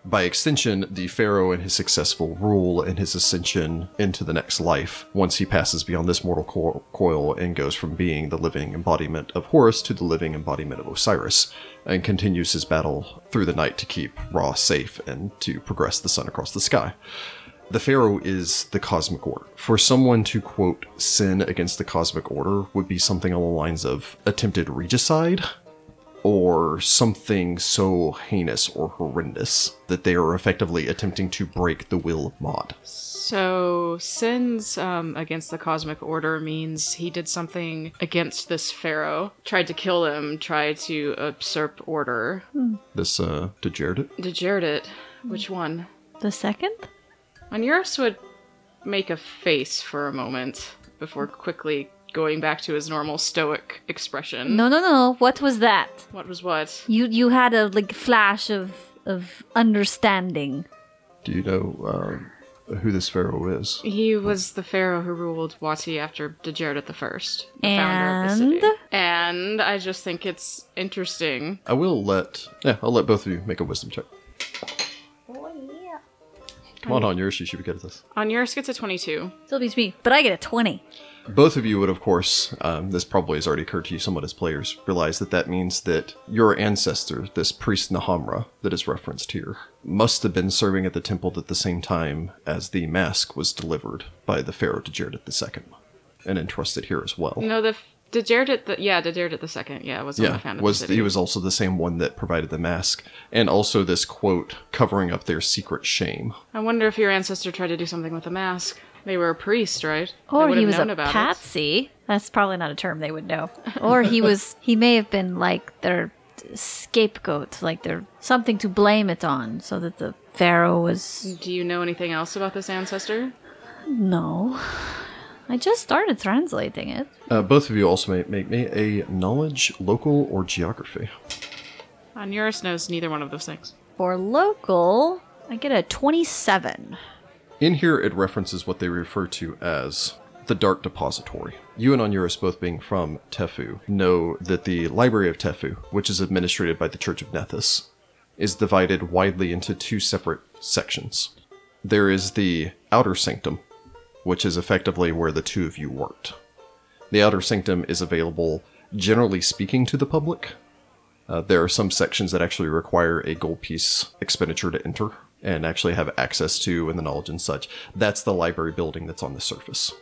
A: By extension, the Pharaoh and his successful rule and his ascension into the next life, once he passes beyond this mortal co- coil and goes from being the living embodiment of Horus to the living embodiment of Osiris, and continues his battle through the night to keep Ra safe and to progress the sun across the sky. The Pharaoh is the cosmic order. For someone to quote sin against the cosmic order would be something along the lines of attempted regicide or something so heinous or horrendous that they are effectively attempting to break the will of Maud.
B: So, sins um, against the cosmic order means he did something against this pharaoh, tried to kill him, tried to usurp order,
A: This uh degenerate it?
B: degenerate it. Which one?
C: The second?
B: Onuris would make a face for a moment before quickly going back to his normal stoic expression.
C: No, no, no. What was that?
B: What was what?
C: You you had a like flash of of understanding.
A: Do you know uh, who this Pharaoh is?
B: He was the pharaoh who ruled Wati after Degerdit the First, the founder of
C: And?
B: the city. And I just think it's interesting
A: I will let yeah, I'll let both of you make a wisdom check. Come on, on yours, you should be good at this.
B: On yours gets a 22.
C: Still beats me, but I get a twenty.
A: Both of you would, of course, um, this probably has already occurred to you somewhat as players, realize that that means that your ancestor, this priest Nahamra that is referenced here, must have been serving at the temple at the same time as the mask was delivered by the pharaoh to Jared II and entrusted here as well.
B: No, the Dejerdit, the, yeah, Dejerdit the second, yeah, was the one that
A: Yeah,
B: founded
A: was
B: the city.
A: he was also the same one that provided the mask, and also this quote covering up their secret shame.
B: I wonder if your ancestor tried to do something with the mask. They were a priest, right? They
C: Or
B: would
C: Oh,
B: have
C: he was
B: known
C: a
B: about it.
C: patsy. That's probably not a term they would know. [laughs] Or he was he may have been like their scapegoat, like their something to blame it on, so that the pharaoh was
B: Do you know anything else about this ancestor?
C: no. I just started translating it.
A: Uh, both of you also may make me a knowledge, local, or geography.
B: On yours knows neither one of those things.
C: For local, I get a 27.
A: In here, it references what they refer to as the Dark Depository. You and Onuris, both being from Tefu, know that the Library of Tefu, which is administrated by the Church of Nethys, is divided widely into two separate sections. There is the Outer Sanctum, which is effectively where the two of you worked. The Outer Sanctum is available, generally speaking, to the public, Uh, there are some sections that actually require a gold piece expenditure to enter and actually have access to and the knowledge and such. That's the library building that's on the surface.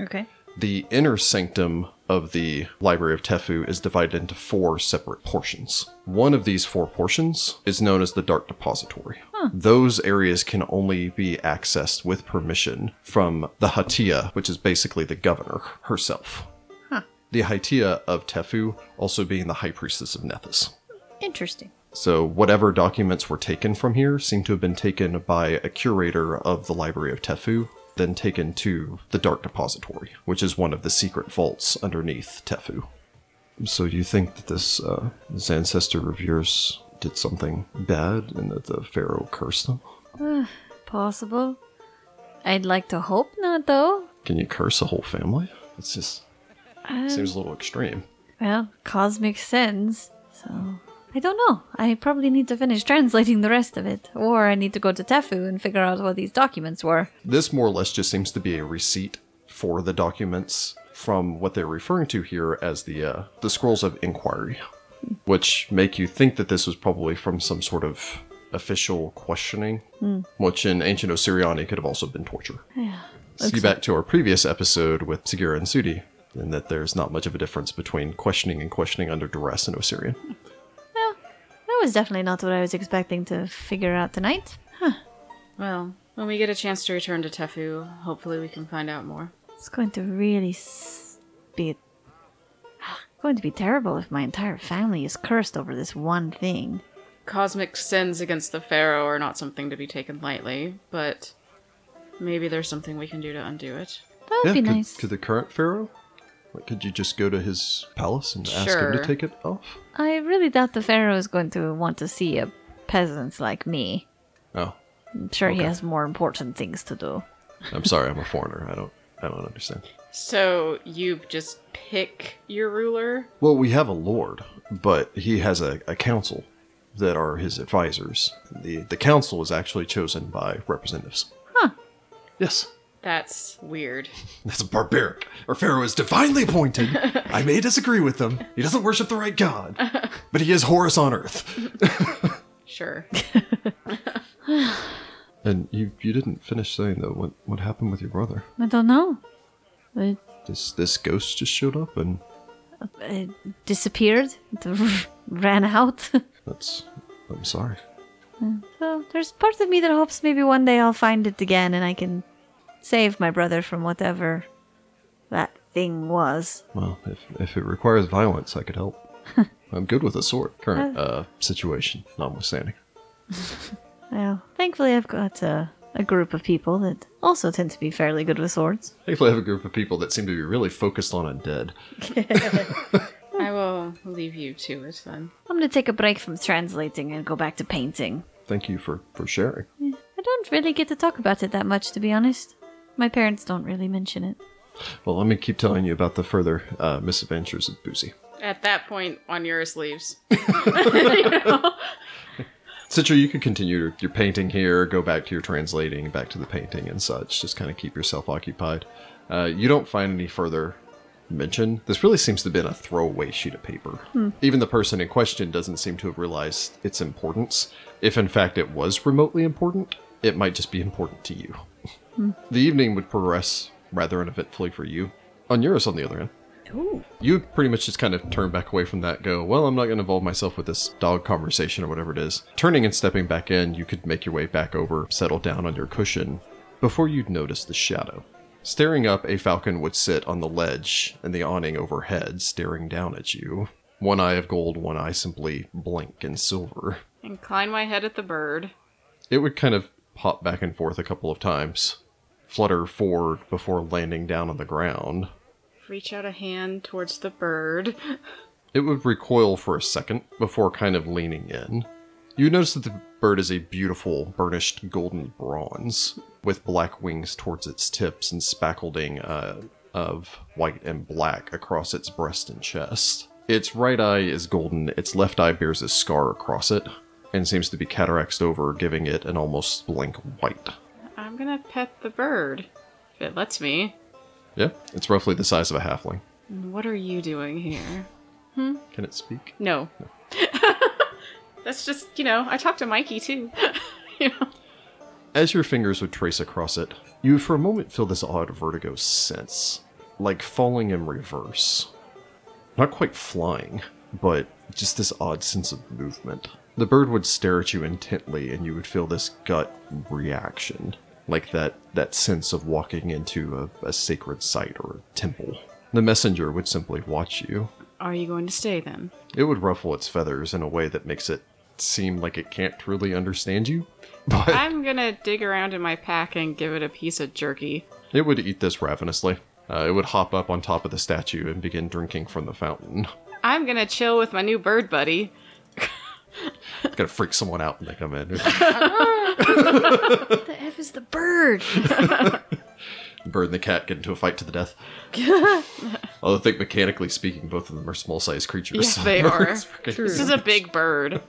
G: Okay.
A: The inner sanctum of the Library of Tefu is divided into four separate portions. One of these four portions is known as the Dark Depository. Those areas can only be accessed with permission from the Hatia, which is basically the governor herself. The Hatia of Tefu also being the High Priestess of Nethys.
G: Interesting.
A: So, whatever documents were taken from here seem to have been taken by a curator of the Library of Tefu, then taken to the Dark Depository, which is one of the secret vaults underneath Tefu. So, you think that this, uh, this ancestor of yours did something bad and that the Pharaoh cursed them?
C: Possible. I'd like to hope not, though.
A: Can you curse a whole family? It's just. seems a little extreme.
C: Well, cosmic sins. So I don't know. I probably need to finish translating the rest of it, or I need to go to Tefu and figure out what these documents were.
A: this more or less just seems to be a receipt for the documents from what they're referring to here as the uh, the scrolls of inquiry, which make you think that this was probably from some sort of official questioning, which in ancient Osiriani could have also been torture. Yeah. See back to our previous episode with Segura and Sudi, and that there's not much of a difference between questioning and questioning under duress in Osirian.
C: That was definitely not what I was expecting to figure out tonight.
B: Well, when we get a chance to return to Tefu, hopefully we can find out more.
C: It's going to really s- be [sighs] going to be terrible if my entire family is cursed over this one thing.
B: Cosmic sins against the Pharaoh are not something to be taken lightly, but maybe there's something we can do to undo it.
C: That would be
A: could,
C: nice.
A: could the current pharaoh? Like, could you just go to his palace and ask him
B: Sure.
A: to take it off?
C: I really doubt the pharaoh is going to want to see a peasant like me.
A: Oh,
C: I'm sure he
A: Okay.
C: has more important things to do.
A: I'm sorry, I'm a foreigner. I don't, I don't understand.
B: So you just pick your ruler?
A: Well, we have a lord, but he has a, a council that are his advisors. The the council is actually chosen by representatives. Huh. Yes.
B: That's weird.
A: That's barbaric. Our pharaoh is divinely appointed. I may disagree with him. He doesn't worship the right god, but he is Horus on earth.
B: Sure.
A: And you you didn't finish saying though what what happened with your brother?
C: I don't know. It,
A: This this ghost just showed up and
C: it uh, disappeared, [laughs] it ran out. [laughs]
A: that's I'm sorry.
C: so there's part of me that hopes maybe one day I'll find it again and I can save my brother from whatever that thing was.
A: Well, if if it requires violence, I could help. I'm good with a sword. Current uh situation notwithstanding.
C: Well, thankfully I've got a, a group of people that also tend to be fairly good with swords.
A: Thankfully, I have a group of people that seem to be really focused on undead.
B: I will leave you to it then.
C: I'm gonna take a break from translating and go back to painting.
A: Thank you for, for sharing.
C: I don't really get to talk about it that much, to be honest. My parents don't really mention it. [laughs]
A: Well, let me keep telling you about the further uh, misadventures of Boozy.
B: At that point, Onuris leaves.
A: Citra, you could continue your- your painting here, go back to your translating, back to the painting and such. Just kind of keep yourself occupied. Uh, you don't find any further mention. This really seems to have been a throwaway sheet of paper. Even the person in question doesn't seem to have realized its importance. If in fact it was remotely important, it might just be important to you. The evening would progress rather uneventfully for you. On Eurus, on the other hand, you pretty much just kind of turn back away from that, go, well, I'm not going to involve myself with this dog conversation or whatever it is. Turning and stepping back in, you could make your way back over, settle down on your cushion, before you'd notice the shadow. Staring up, a falcon would sit on the ledge and the awning overhead, staring down at you. One eye of gold, one eye simply blank and silver.
B: Incline my head at the bird.
A: It would kind of pop back and forth a couple of times, flutter forward before landing down on the ground.
B: Reach out a hand towards the bird. [laughs]
A: It would recoil for a second before kind of leaning in. You notice that the bird is a beautiful, burnished golden bronze, with black wings towards its tips and spackling uh, of white and black across its breast and chest. Its right eye is golden, its left eye bears a scar across it, and seems to be cataracted over, giving it an almost blank white.
B: I'm gonna pet the bird. If it lets me.
A: Yeah, it's roughly the size of a halfling.
B: And What are you doing here?
A: Can it speak?
B: No. [laughs] That's just, you know, I talked to Mikey too. [laughs] you know?
A: As your fingers would trace across it, you for a moment feel this odd vertigo sense, like falling in reverse. Not quite flying, but just this odd sense of movement. The bird would stare at you intently, and you would feel this gut reaction, like that, that sense of walking into a, a sacred site or a temple. The messenger would simply watch you.
B: Are you going to stay then?
A: It would ruffle its feathers in a way that makes it seem like it can't truly understand you, [laughs] but
B: I'm gonna dig around in my pack and give it a piece of jerky.
A: It would eat this ravenously. Uh, it would hop up on top of the statue and begin drinking from the fountain. [laughs]
B: I'm gonna chill with my new bird buddy.
A: It's gonna freak someone out when they come in.
G: What [laughs] the F is the bird?
A: The [laughs] bird and the cat get into a fight to
G: [laughs]
A: the death. Although I think mechanically speaking, both of them are small-sized creatures.
B: Yes,
A: [laughs]
B: they are. [laughs]
A: It's freaking-
B: This is a big bird.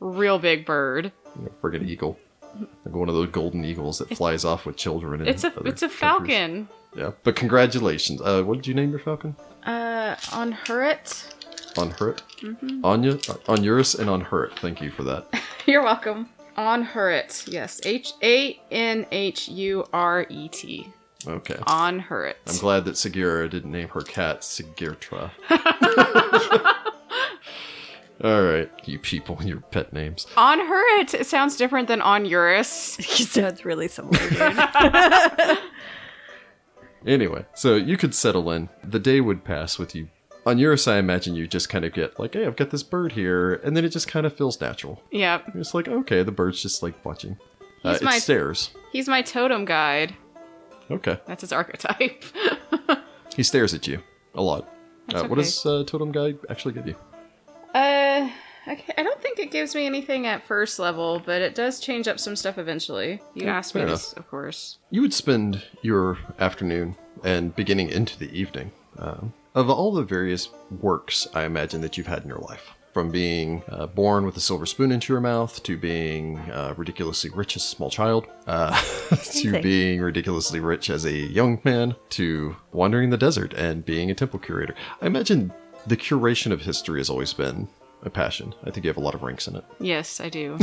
B: Real big bird.
A: you know, [laughs] friggin' eagle. Like one of those golden eagles that flies off with children. And
B: It's a
A: other
B: it's a
A: creatures.
B: falcon.
A: Yeah, but congratulations. Uh, what did you name your falcon?
B: Uh on Hurrit. [laughs]
A: On Hurt, mm-hmm. Anya, on Eurus, and on Hurt. Thank you for
B: [laughs]
A: that.
B: You're welcome. On Hurrit, yes. H A N H U R E T.
A: Okay.
B: On Hurrit.
A: I'm glad that Segura didn't name her cat Sigirtra.
B: [laughs]
A: All right, you people and your pet names.
B: On Hurrit it sounds different than on Eurus. [laughs]
G: he sounds really similar.
A: Anyway, so you could settle in. The day would pass with you. On Eurus, I imagine you just kind of get like, hey, I've got this bird here, and then it just kind of feels natural.
B: Yep.
A: It's like, okay, the bird's just like watching. Uh,
B: He's
A: it
B: my-
A: stares.
B: He's my totem guide.
A: Okay,
B: That's his archetype. [laughs]
A: he stares at you a lot.
B: That's
A: uh, What
B: okay.
A: does uh, Totem Guy actually give you?
B: Uh, okay. I don't think it gives me anything at first level, but it does change up some stuff eventually. You asked me
A: fair
B: this, of course.
A: You would spend your afternoon and beginning into the evening um, of all the various works I imagine that you've had in your life, from being uh, born with a silver spoon into your mouth to being uh, ridiculously rich as a small child, uh, [laughs] to
G: Amazing.
A: being ridiculously rich as a young man, to wandering the desert and being a temple curator. I imagine the curation of history has always been a passion. I think you have a lot of ranks in it.
B: Yes, I do.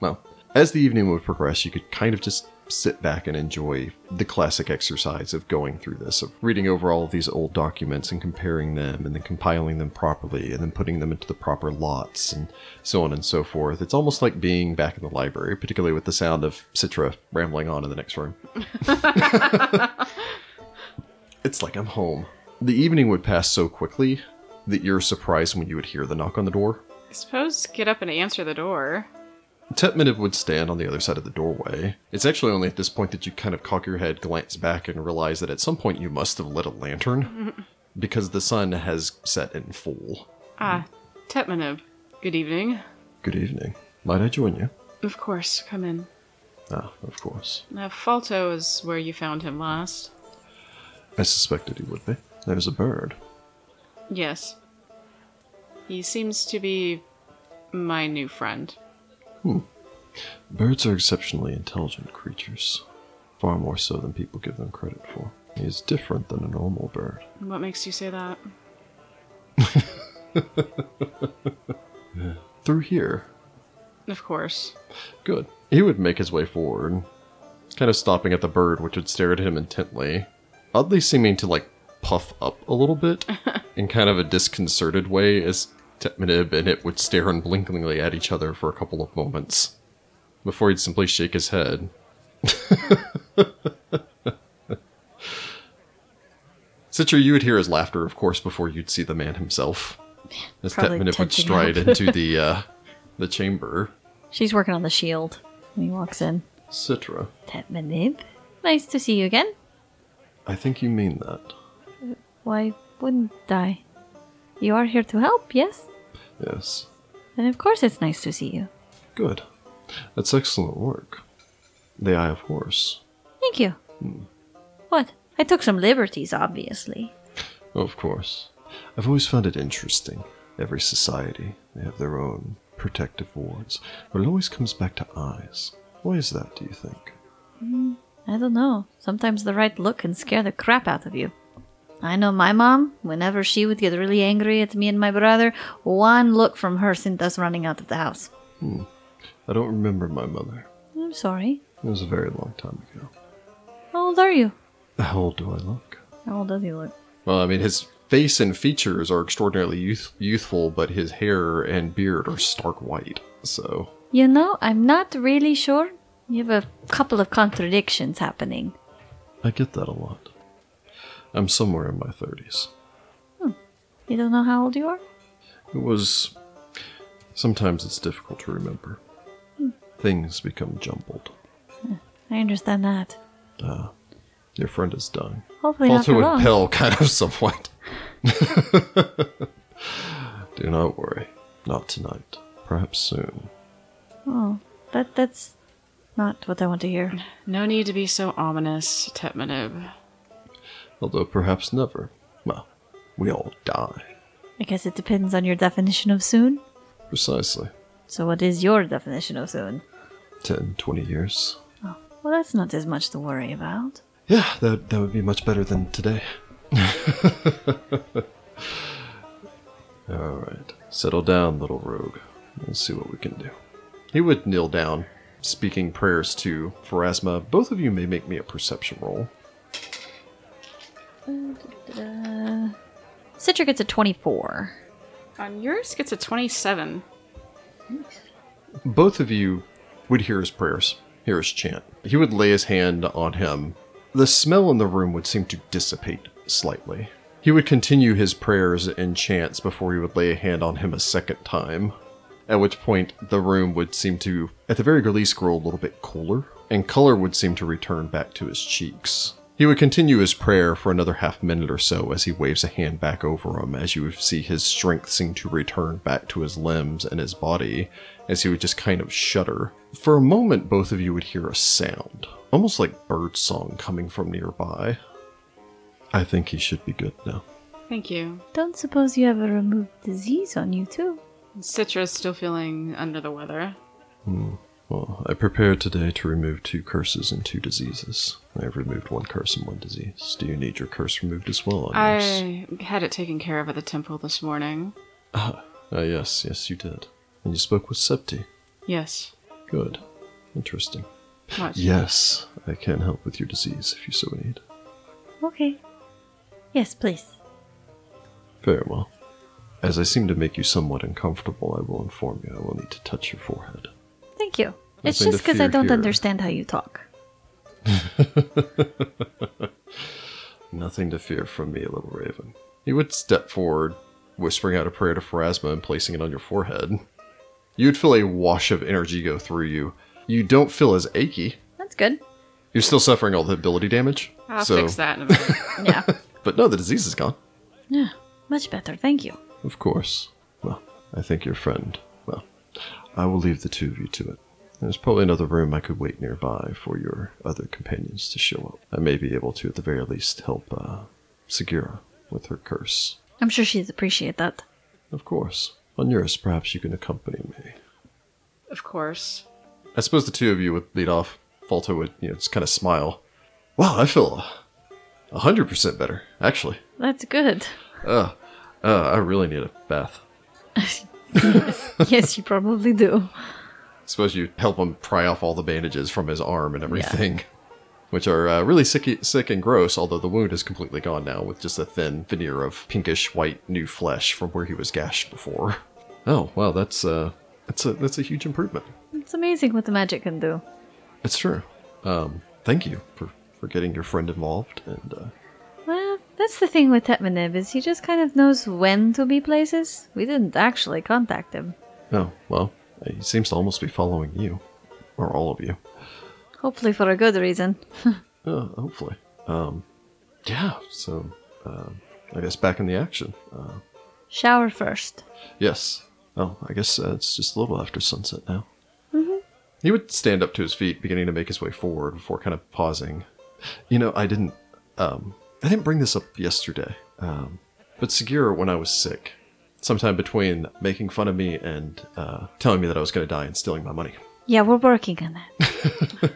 A: Well, as the evening would progress, you could kind of just sit back and enjoy the classic exercise of going through this, of reading over all of these old documents and comparing them and then compiling them properly and then putting them into the proper lots and so on and so forth. It's almost like being back in the library, particularly with the sound of Citra rambling on in the next room. It's like I'm home. The evening would pass so quickly that you're surprised when you would hear the knock on the door.
B: I suppose get up and answer the door.
A: Tetminiv would stand on the other side of the doorway. It's actually only at this point that you kind of cock your head, glance back, and realize that at some point you must have lit a lantern because the sun has set in full.
B: Ah, Tetmanib. Good evening.
A: Good evening. Might I join you?
B: Of course, come in.
A: Ah, of course.
B: Now, Falto is where you found him last.
A: I suspected he would be. There's a bird.
B: Yes. He seems to be my new friend.
A: Birds are exceptionally intelligent creatures, far more so than people give them credit for. He is different than a normal bird.
B: What makes you say that?
A: Through here,
B: Of course.
A: Good. He would make his way forward, kind of stopping at the bird, which would stare at him intently, oddly seeming to like puff up a little bit in kind of a disconcerted way as Tetmanib and it would stare unblinkingly at each other for a couple of moments before he'd simply shake his head. [laughs] Citra, you would hear his laughter, of course, before you'd see the man himself. As
G: Probably
A: Tetmanib would
G: tensing
A: stride
G: up.
A: into the uh, the chamber.
G: She's working on the shield when he walks in.
A: Citra.
G: Tetmanib. Nice to see you again.
A: I think you mean that.
G: Why wouldn't I? You are here to help, yes?
A: Yes.
G: And of course it's nice to see you.
A: Good. That's excellent work. The Eye of Horse.
G: Thank you. What? I took some liberties, obviously.
A: Of course. I've always found it interesting. Every society, they have their own protective wards, but it always comes back to eyes. Why is that, do you think?
G: I don't know. Sometimes the right look can scare the crap out of you.
C: I know my mom, whenever she would get really angry at me and my brother, one look from her sent us running out of the house.
A: I don't remember my mother.
C: I'm sorry.
A: It was a very long time ago.
C: How old are you?
A: How old do I look?
C: How old does he look?
A: Well, I mean, his face and features are extraordinarily youth- youthful, but his hair and beard are stark white. So,
C: You know, I'm not really sure. You have a couple of contradictions happening.
A: I get that a lot. I'm somewhere in my 30s.
C: You don't know how old you are?
A: It was. Sometimes it's difficult to remember. Things become jumbled. Uh,
C: I understand that.
A: Your friend is dying.
C: Hopefully not
A: Also
C: for
A: with
C: long.
A: Pell, [laughs] kind of somewhat. [laughs] Do not worry. Not tonight. Perhaps soon.
C: Oh, that that's not what I want to hear.
B: No need to be so ominous, Tetmanib.
A: Although perhaps never. Well, we all die.
C: I guess it depends on your definition of soon.
A: Precisely.
C: So what is your definition of soon?
A: 10, 20 years.
C: Well, that's not as much to worry about.
A: Yeah, that, that would be much better than [laughs] today. all right. Settle down, little rogue. Let's see what we can do. He would kneel down, speaking prayers to Pharasma. Both of you may make me a perception roll.
C: Citra gets a 24.
B: On yours gets a 27.
A: both of you would hear his prayers, hear his chant. He would lay his hand on him. The smell in the room would seem to dissipate slightly. He would continue his prayers and chants before he would lay a hand on him a second time, at which point the room would seem to, at the very least, grow a little bit cooler, and color would seem to return back to his cheeks. He would continue his prayer for another half minute or so as he waves a hand back over him, as you would see his strength seem to return back to his limbs and his body, as he would just kind of shudder. For a moment, both of you would hear a sound, almost like bird song coming from nearby. I think he should be good now.
B: Thank you.
C: Don't suppose you ever removed disease on you, too?
B: Citra's still feeling under the weather.
A: Well, I prepared today to remove two curses and two diseases. I have removed one curse and one disease. Do you need your curse removed as well? on yours?
B: I had it taken care of at the temple this morning.
A: Ah, ah, yes, yes, you did. And you spoke with Septi.
B: Yes.
A: Good. Interesting.
B: What?
A: Yes, I can help with your disease if you so need.
C: Okay. Yes, please.
A: Very well. As I seem to make you somewhat uncomfortable, I will inform you I will need to touch your forehead.
C: Thank you. It's
A: Nothing
C: just
A: to
C: because I
A: fear
C: don't
A: here.
C: understand how you talk.
A: Nothing to fear from me, little raven. He would step forward, whispering out a prayer to Pharasma and placing it on your forehead. You'd feel a wash of energy go through you. You don't feel as achy.
C: That's good.
A: You're still suffering all the ability damage.
B: I'll
A: so,
B: fix that in a minute. [laughs]
C: Yeah.
A: But no, the disease is gone.
C: yeah. Much better. Thank you.
A: Of course. Well, I think your friend. Well, I will leave the two of you to it. There's probably another room I could wait nearby for your other companions to show up. I may be able to, at the very least, help uh, Segura with her curse.
C: I'm sure she'd appreciate that.
A: Of course. On yours, perhaps you can accompany me.
B: of course.
A: I suppose the two of you would lead off. Falto would, you know, just kind of smile. Wow, I feel a hundred percent better, actually.
C: That's good.
A: Uh, uh, I really need a bath.
C: [laughs] yes, you probably do.
A: suppose you help him pry off all the bandages from his arm and everything, which are uh, really sick, sick and gross. Although the wound is completely gone now, with just a thin veneer of pinkish white new flesh from where he was gashed before. [laughs] Oh wow, that's uh, that's a that's a huge improvement.
C: It's amazing what the magic can do.
A: It's true. Um, thank you for for getting your friend involved, and uh,
C: Well, that's the thing with Tetmanib is he just kind of knows when to be places. We didn't actually contact him.
A: oh well, he seems to almost be following you, or all of you.
C: Hopefully for a good reason.
A: Uh, hopefully. Um, yeah. So, um, I guess back in the action. Uh,
C: Shower first.
A: Yes. Oh, I guess uh, it's just a little after sunset now. Mm-hmm. He would stand up to his feet, beginning to make his way forward before kind of pausing. You know, I didn't, um, I didn't bring this up yesterday. Um, but Segura, when I was sick, sometime between making fun of me and uh, telling me that I was going to die and stealing my money.
C: Yeah, we're working on that.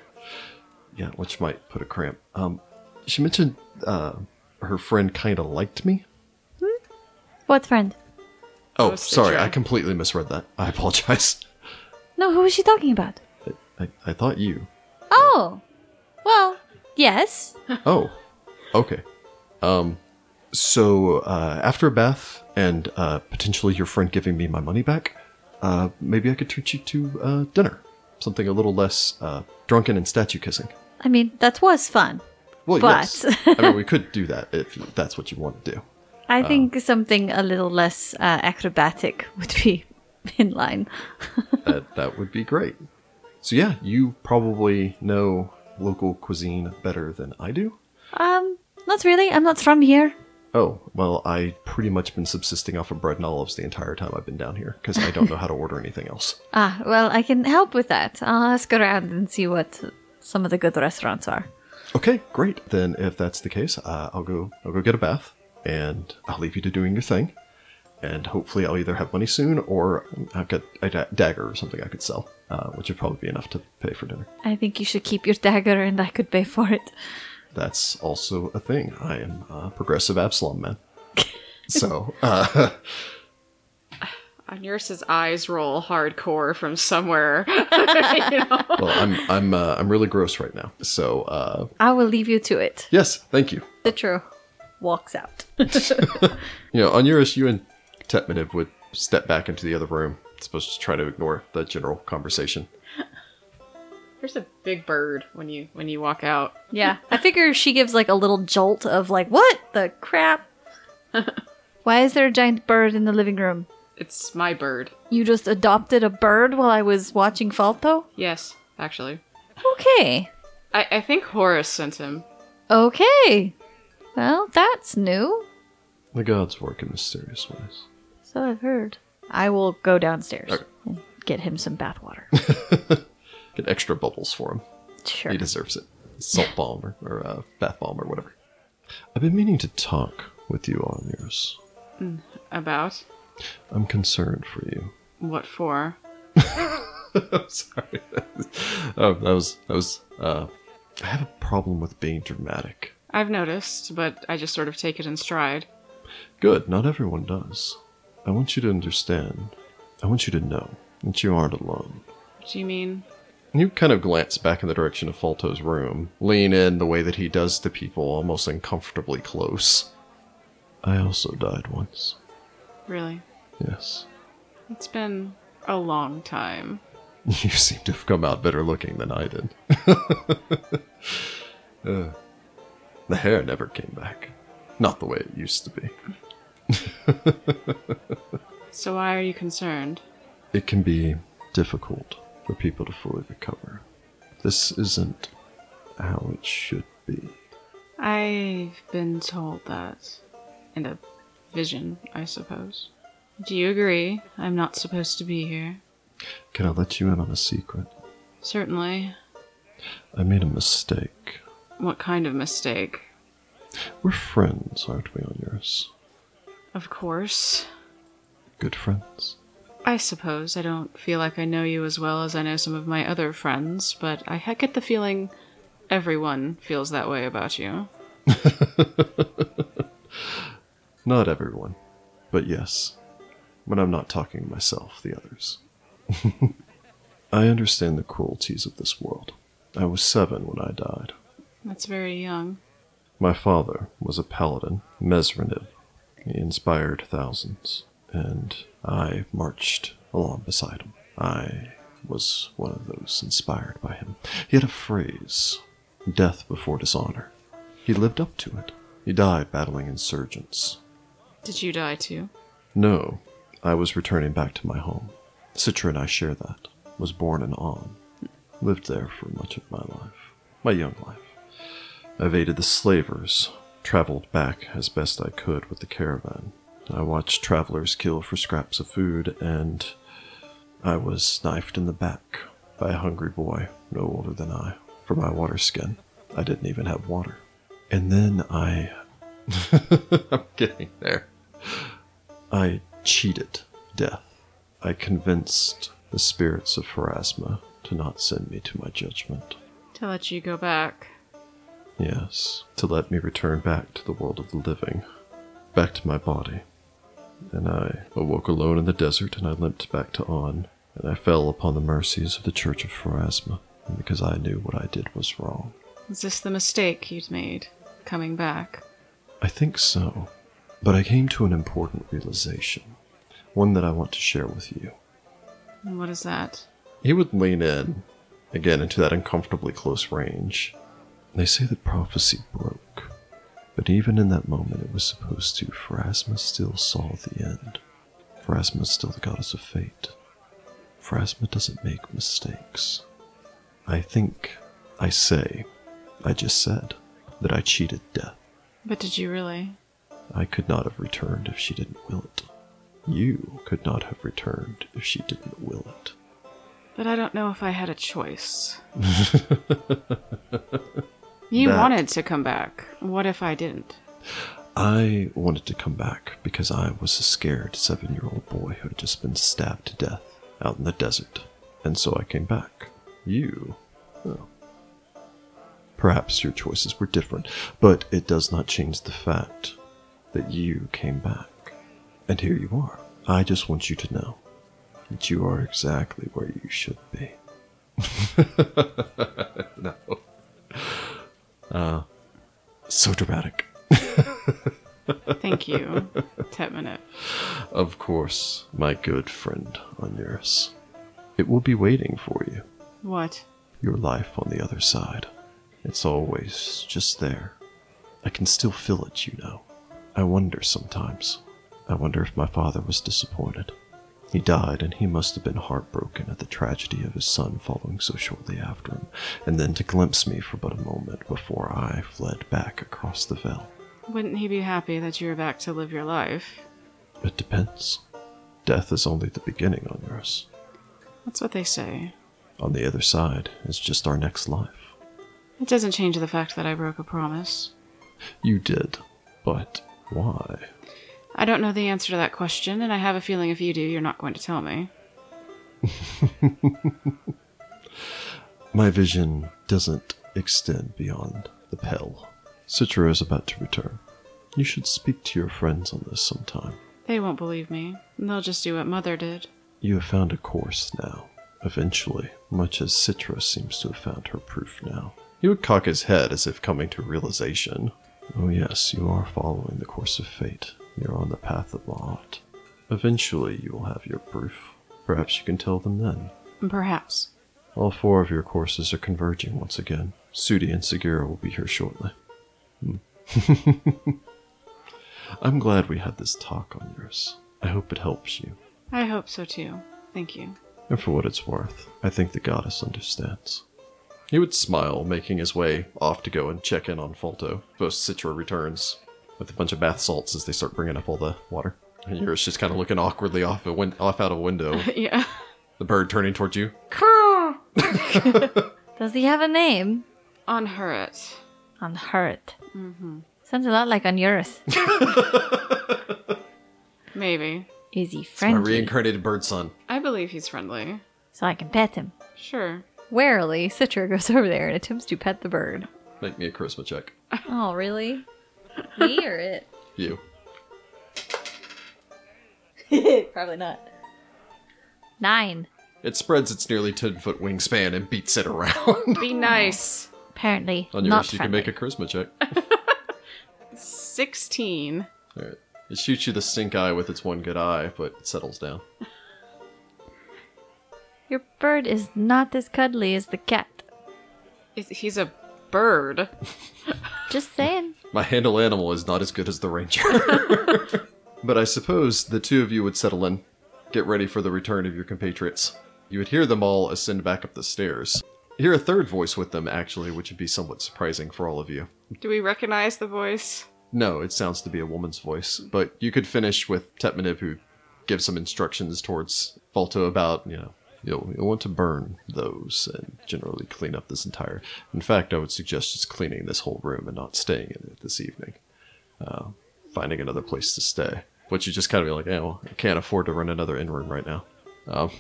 A: Yeah, which might put a cramp. Um, she mentioned uh, her friend kind of liked me.
C: What friend?
A: Oh,
B: Postage,
A: sorry,
B: yeah.
A: I completely misread that. I apologize. [laughs]
C: No, who was she talking about?
A: I, I thought you.
C: Oh, well, yes.
A: Oh, okay. Um, so uh, after a bath and uh, potentially your friend giving me my money back, uh, maybe I could treat you to uh, dinner, something a little less uh, drunken and statue kissing.
C: I mean, that was fun.
A: Well,
C: But-
A: yes. I mean, we could do that if that's what you want to do.
C: I think something a little less uh, acrobatic [laughs] would be in line.
A: That Uh, that would be great. So yeah, you probably know local cuisine better than I do.
C: Um, not really. I'm not from here.
A: Oh, well, I pretty much been subsisting off of bread and olives the entire time I've been down here because I don't know how to order anything else.
C: Ah, well, I can help with that. I'll ask around and see what some of the good restaurants are.
A: Okay, great. Then if that's the case, uh, I'll go. I'll go get a bath, and I'll leave you to doing your thing. And hopefully, I'll either have money soon, or I've got a da- dagger or something I could sell, uh, which would probably be enough to pay for dinner.
C: I think you should keep your dagger and I could pay for it.
A: That's also a thing. I am a progressive Absalom man. so, uh,
B: Anir's eyes roll hardcore from somewhere. [laughs]
A: well, I'm I'm uh, I'm really gross right now. So, uh,
C: I will leave you to it.
A: yes, thank you.
C: The true walks out.
A: You know, Onuris, you and Tetmanev would step back into the other room, supposed to try to ignore the general conversation.
B: There's a big bird when you when you walk out.
C: [laughs] yeah, I figure she gives like a little jolt of like, what the [laughs] crap?
G: Why is there a giant bird in the living room?
B: It's my bird.
C: You just adopted a bird while I was watching Falto?
B: Yes, actually.
C: Okay.
B: I, I think Horace sent him.
C: Okay. Well, that's new.
A: The gods work in mysterious ways.
C: So I've heard. I will go downstairs
A: Okay.
C: and get him some bathwater.
A: Get extra bubbles for him.
C: sure.
A: He deserves it. Salt balm or, or uh, bath balm or whatever. I've been meaning to talk with you, Onuris.
B: About
A: I'm concerned for you. [laughs]
B: what for?
A: I'm sorry. [laughs] oh, that was that was. Uh, I have a problem with being dramatic.
B: I've noticed, but I just sort of take it in stride.
A: Good. Not everyone does. I want you to understand. I want you to know that you aren't alone.
B: What do you mean?
A: You kind of glance back in the direction of Falto's room, lean in the way that he does to people, almost uncomfortably close. I also died once.
B: Really?
A: Yes. [laughs]
B: It's been a long time.
A: You seem to have come out better looking than I did. [laughs] Ugh. the hair never came back. Not the way it used to be.
B: So why are you concerned?
A: It can be difficult for people to fully recover. This isn't how it should be.
B: I've been told that in a vision, I suppose. Do you agree? I'm not supposed to be here.
A: Can I let you in on a secret?
B: Certainly.
A: I made a mistake.
B: What kind of mistake?
A: We're friends, aren't we, on yours?
B: Of course.
A: Good friends.
B: I suppose I don't feel like I know you as well as I know some of my other friends, but I ha- get the feeling everyone feels that way about you.
A: Not everyone, but yes. When I'm not talking to myself, the others. [laughs] I understand the cruelties of this world. I was seven when I died.
B: That's very young.
A: My father was a paladin, Mesrinib. He inspired thousands, and I marched along beside him. I was one of those inspired by him. He had a phrase death before dishonor. He lived up to it. He died battling insurgents.
B: Did you die too?
A: No, I was returning back to my home. Citra and I share that. Was born in On. Lived there for much of my life, my young life. Evaded the slavers, traveled back as best I could with the caravan. I watched travelers kill for scraps of food, and I was knifed in the back by a hungry boy, no older than I, for my water skin. I didn't even have water. And then I. [laughs] I'm getting there. I cheated death. I convinced the spirits of Pharasma to not send me to my judgment.
B: To let you go back.
A: Yes, to let me return back to the world of the living, back to my body. And I awoke alone in the desert, and I limped back to On, and I fell upon the mercies of the Church of Pharasma, because I knew what I did was wrong.
B: Is this the mistake you'd made coming back?
A: I think so, but I came to an important realization, one that I want to share with you.
B: And What is that?
A: He would lean in, again into that uncomfortably close range. They say that prophecy broke, but even in that moment it was supposed to, Phrasma still saw the end. Phrasma's still the goddess of fate. Phrasma doesn't make mistakes. I think, I say, I just said that I cheated death.
B: But did you really?
A: I could not have returned if she didn't will it. You could not have returned if she didn't will it.
B: But I don't know if I had a choice. you
A: That-
B: wanted to come back. What if I didn't?
A: I wanted to come back because I was a scared seven year old boy who had just been stabbed to death out in the desert. And so I came back. You. Well, perhaps your choices were different, but it does not change the fact that you came back. And here you are. I just want you to know that you are exactly where you should be. [laughs] no. Uh, so dramatic.
B: Thank you, Tetmanip.
A: Of course, my good friend Onuris. It will be waiting for you,
B: What?
A: your life on the other side. It's always just there. I can still feel it, you know. I wonder sometimes. I wonder if my father was disappointed. He died, and he must have been heartbroken at the tragedy of his son following so shortly after him, and then to glimpse me for but a moment before I fled back across the vale.
B: Wouldn't he be happy that you were back to live your life?
A: It depends. Death is only the beginning, Onuris.
B: That's what they say.
A: On the other side is just our next life.
B: It doesn't change the fact that I broke a promise.
A: You did, but why?
B: I don't know the answer to that question, and I have a feeling if you do, you're not going to tell me.
A: My vision doesn't extend beyond the Pell. Citra is about to return. You should speak to your friends on this sometime.
B: They won't believe me. They'll just do what Mother did.
A: You have found a course now, eventually, much as Citra seems to have found her proof now. He would cock his head as if coming to realization. Oh, yes, you are following the course of fate. You're on the path of Maat. Eventually, you will have your proof. Perhaps you can tell them then.
B: Perhaps.
A: All four of your courses are converging once again. Sudi and Segura will be here shortly. Hmm. [laughs] I'm glad we had this talk on yours. I hope it helps you.
B: I hope so too. Thank you.
A: And for what it's worth, I think the goddess understands. He would smile, making his way off to go and check in on Falto. Both Citra returns with a bunch of bath salts as they start bringing up all the water. And yours just kind of looking awkwardly off a win- off out a window.
B: yeah. [laughs]
A: the bird turning towards you.
C: Does he have a name?
B: On Hurrit.
C: Unhurt. Mm-hmm. Sounds a lot
A: [laughs]
C: like Onuris.
B: Maybe.
C: Is he
A: My
C: friendly?
A: reincarnated bird son.
B: I believe he's friendly.
C: So I can pet him.
B: Sure.
C: Warily, Citra goes over there and attempts to pet the bird.
A: Make me a charisma check.
C: [laughs] Oh, really? [laughs] Me or it?
A: You.
C: [laughs] Probably not. Nine.
A: It spreads its nearly 10 foot wingspan and beats it around. [laughs]
B: Be nice.
C: Apparently,
A: On
C: not
A: yours, you can
C: friendly.
A: make a charisma check.
B: 16.
A: Alright. It shoots you the stink eye with its one good eye, but it settles down.
C: Your bird is not as cuddly as the cat.
B: Is- He's a bird.
C: Just saying.
A: My handle animal is not as good as the ranger. but I suppose the two of you would settle in, get ready for the return of your compatriots. You would hear them all ascend back up the stairs. You hear a third voice with them, actually, which would be somewhat surprising for all of you.
B: Do we recognize the voice?
A: No, it sounds to be a woman's voice, but you could finish with Tetmanib, who gives some instructions towards Falto about, you know, you'll, you'll want to burn those and generally clean up this entire. In fact, I would suggest just cleaning this whole room and not staying in it this evening, uh, finding another place to stay. But you just kind of be like, eh, well, I can't afford to rent another inn room right now. Um,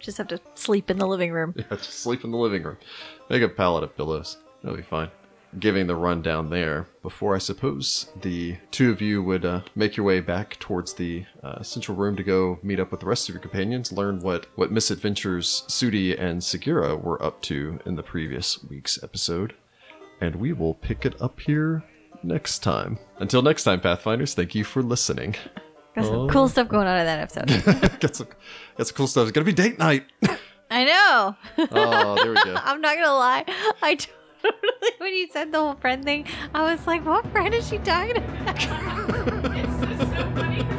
C: Just have to sleep in the living room.
A: [laughs] yeah, just sleep in the living room. Make a pallet of pillows. That'll be fine. giving the rundown there before I suppose the two of you would uh, make your way back towards the uh, central room to go meet up with the rest of your companions, learn what, what misadventures Sudi and Segura were up to in the previous week's episode. And we will pick it up here next time. Until next time, Pathfinders, thank you for listening. [laughs]
C: Got
A: Oh.
C: some cool stuff going on in that episode.
A: got, some, got some cool stuff. It's going to be date night.
C: I know. [laughs]
A: oh, there we go.
C: I'm not gonna lie. [laughs] I totally when you said the whole friend thing, I was like, what friend is she talking about?
B: It's just so funny.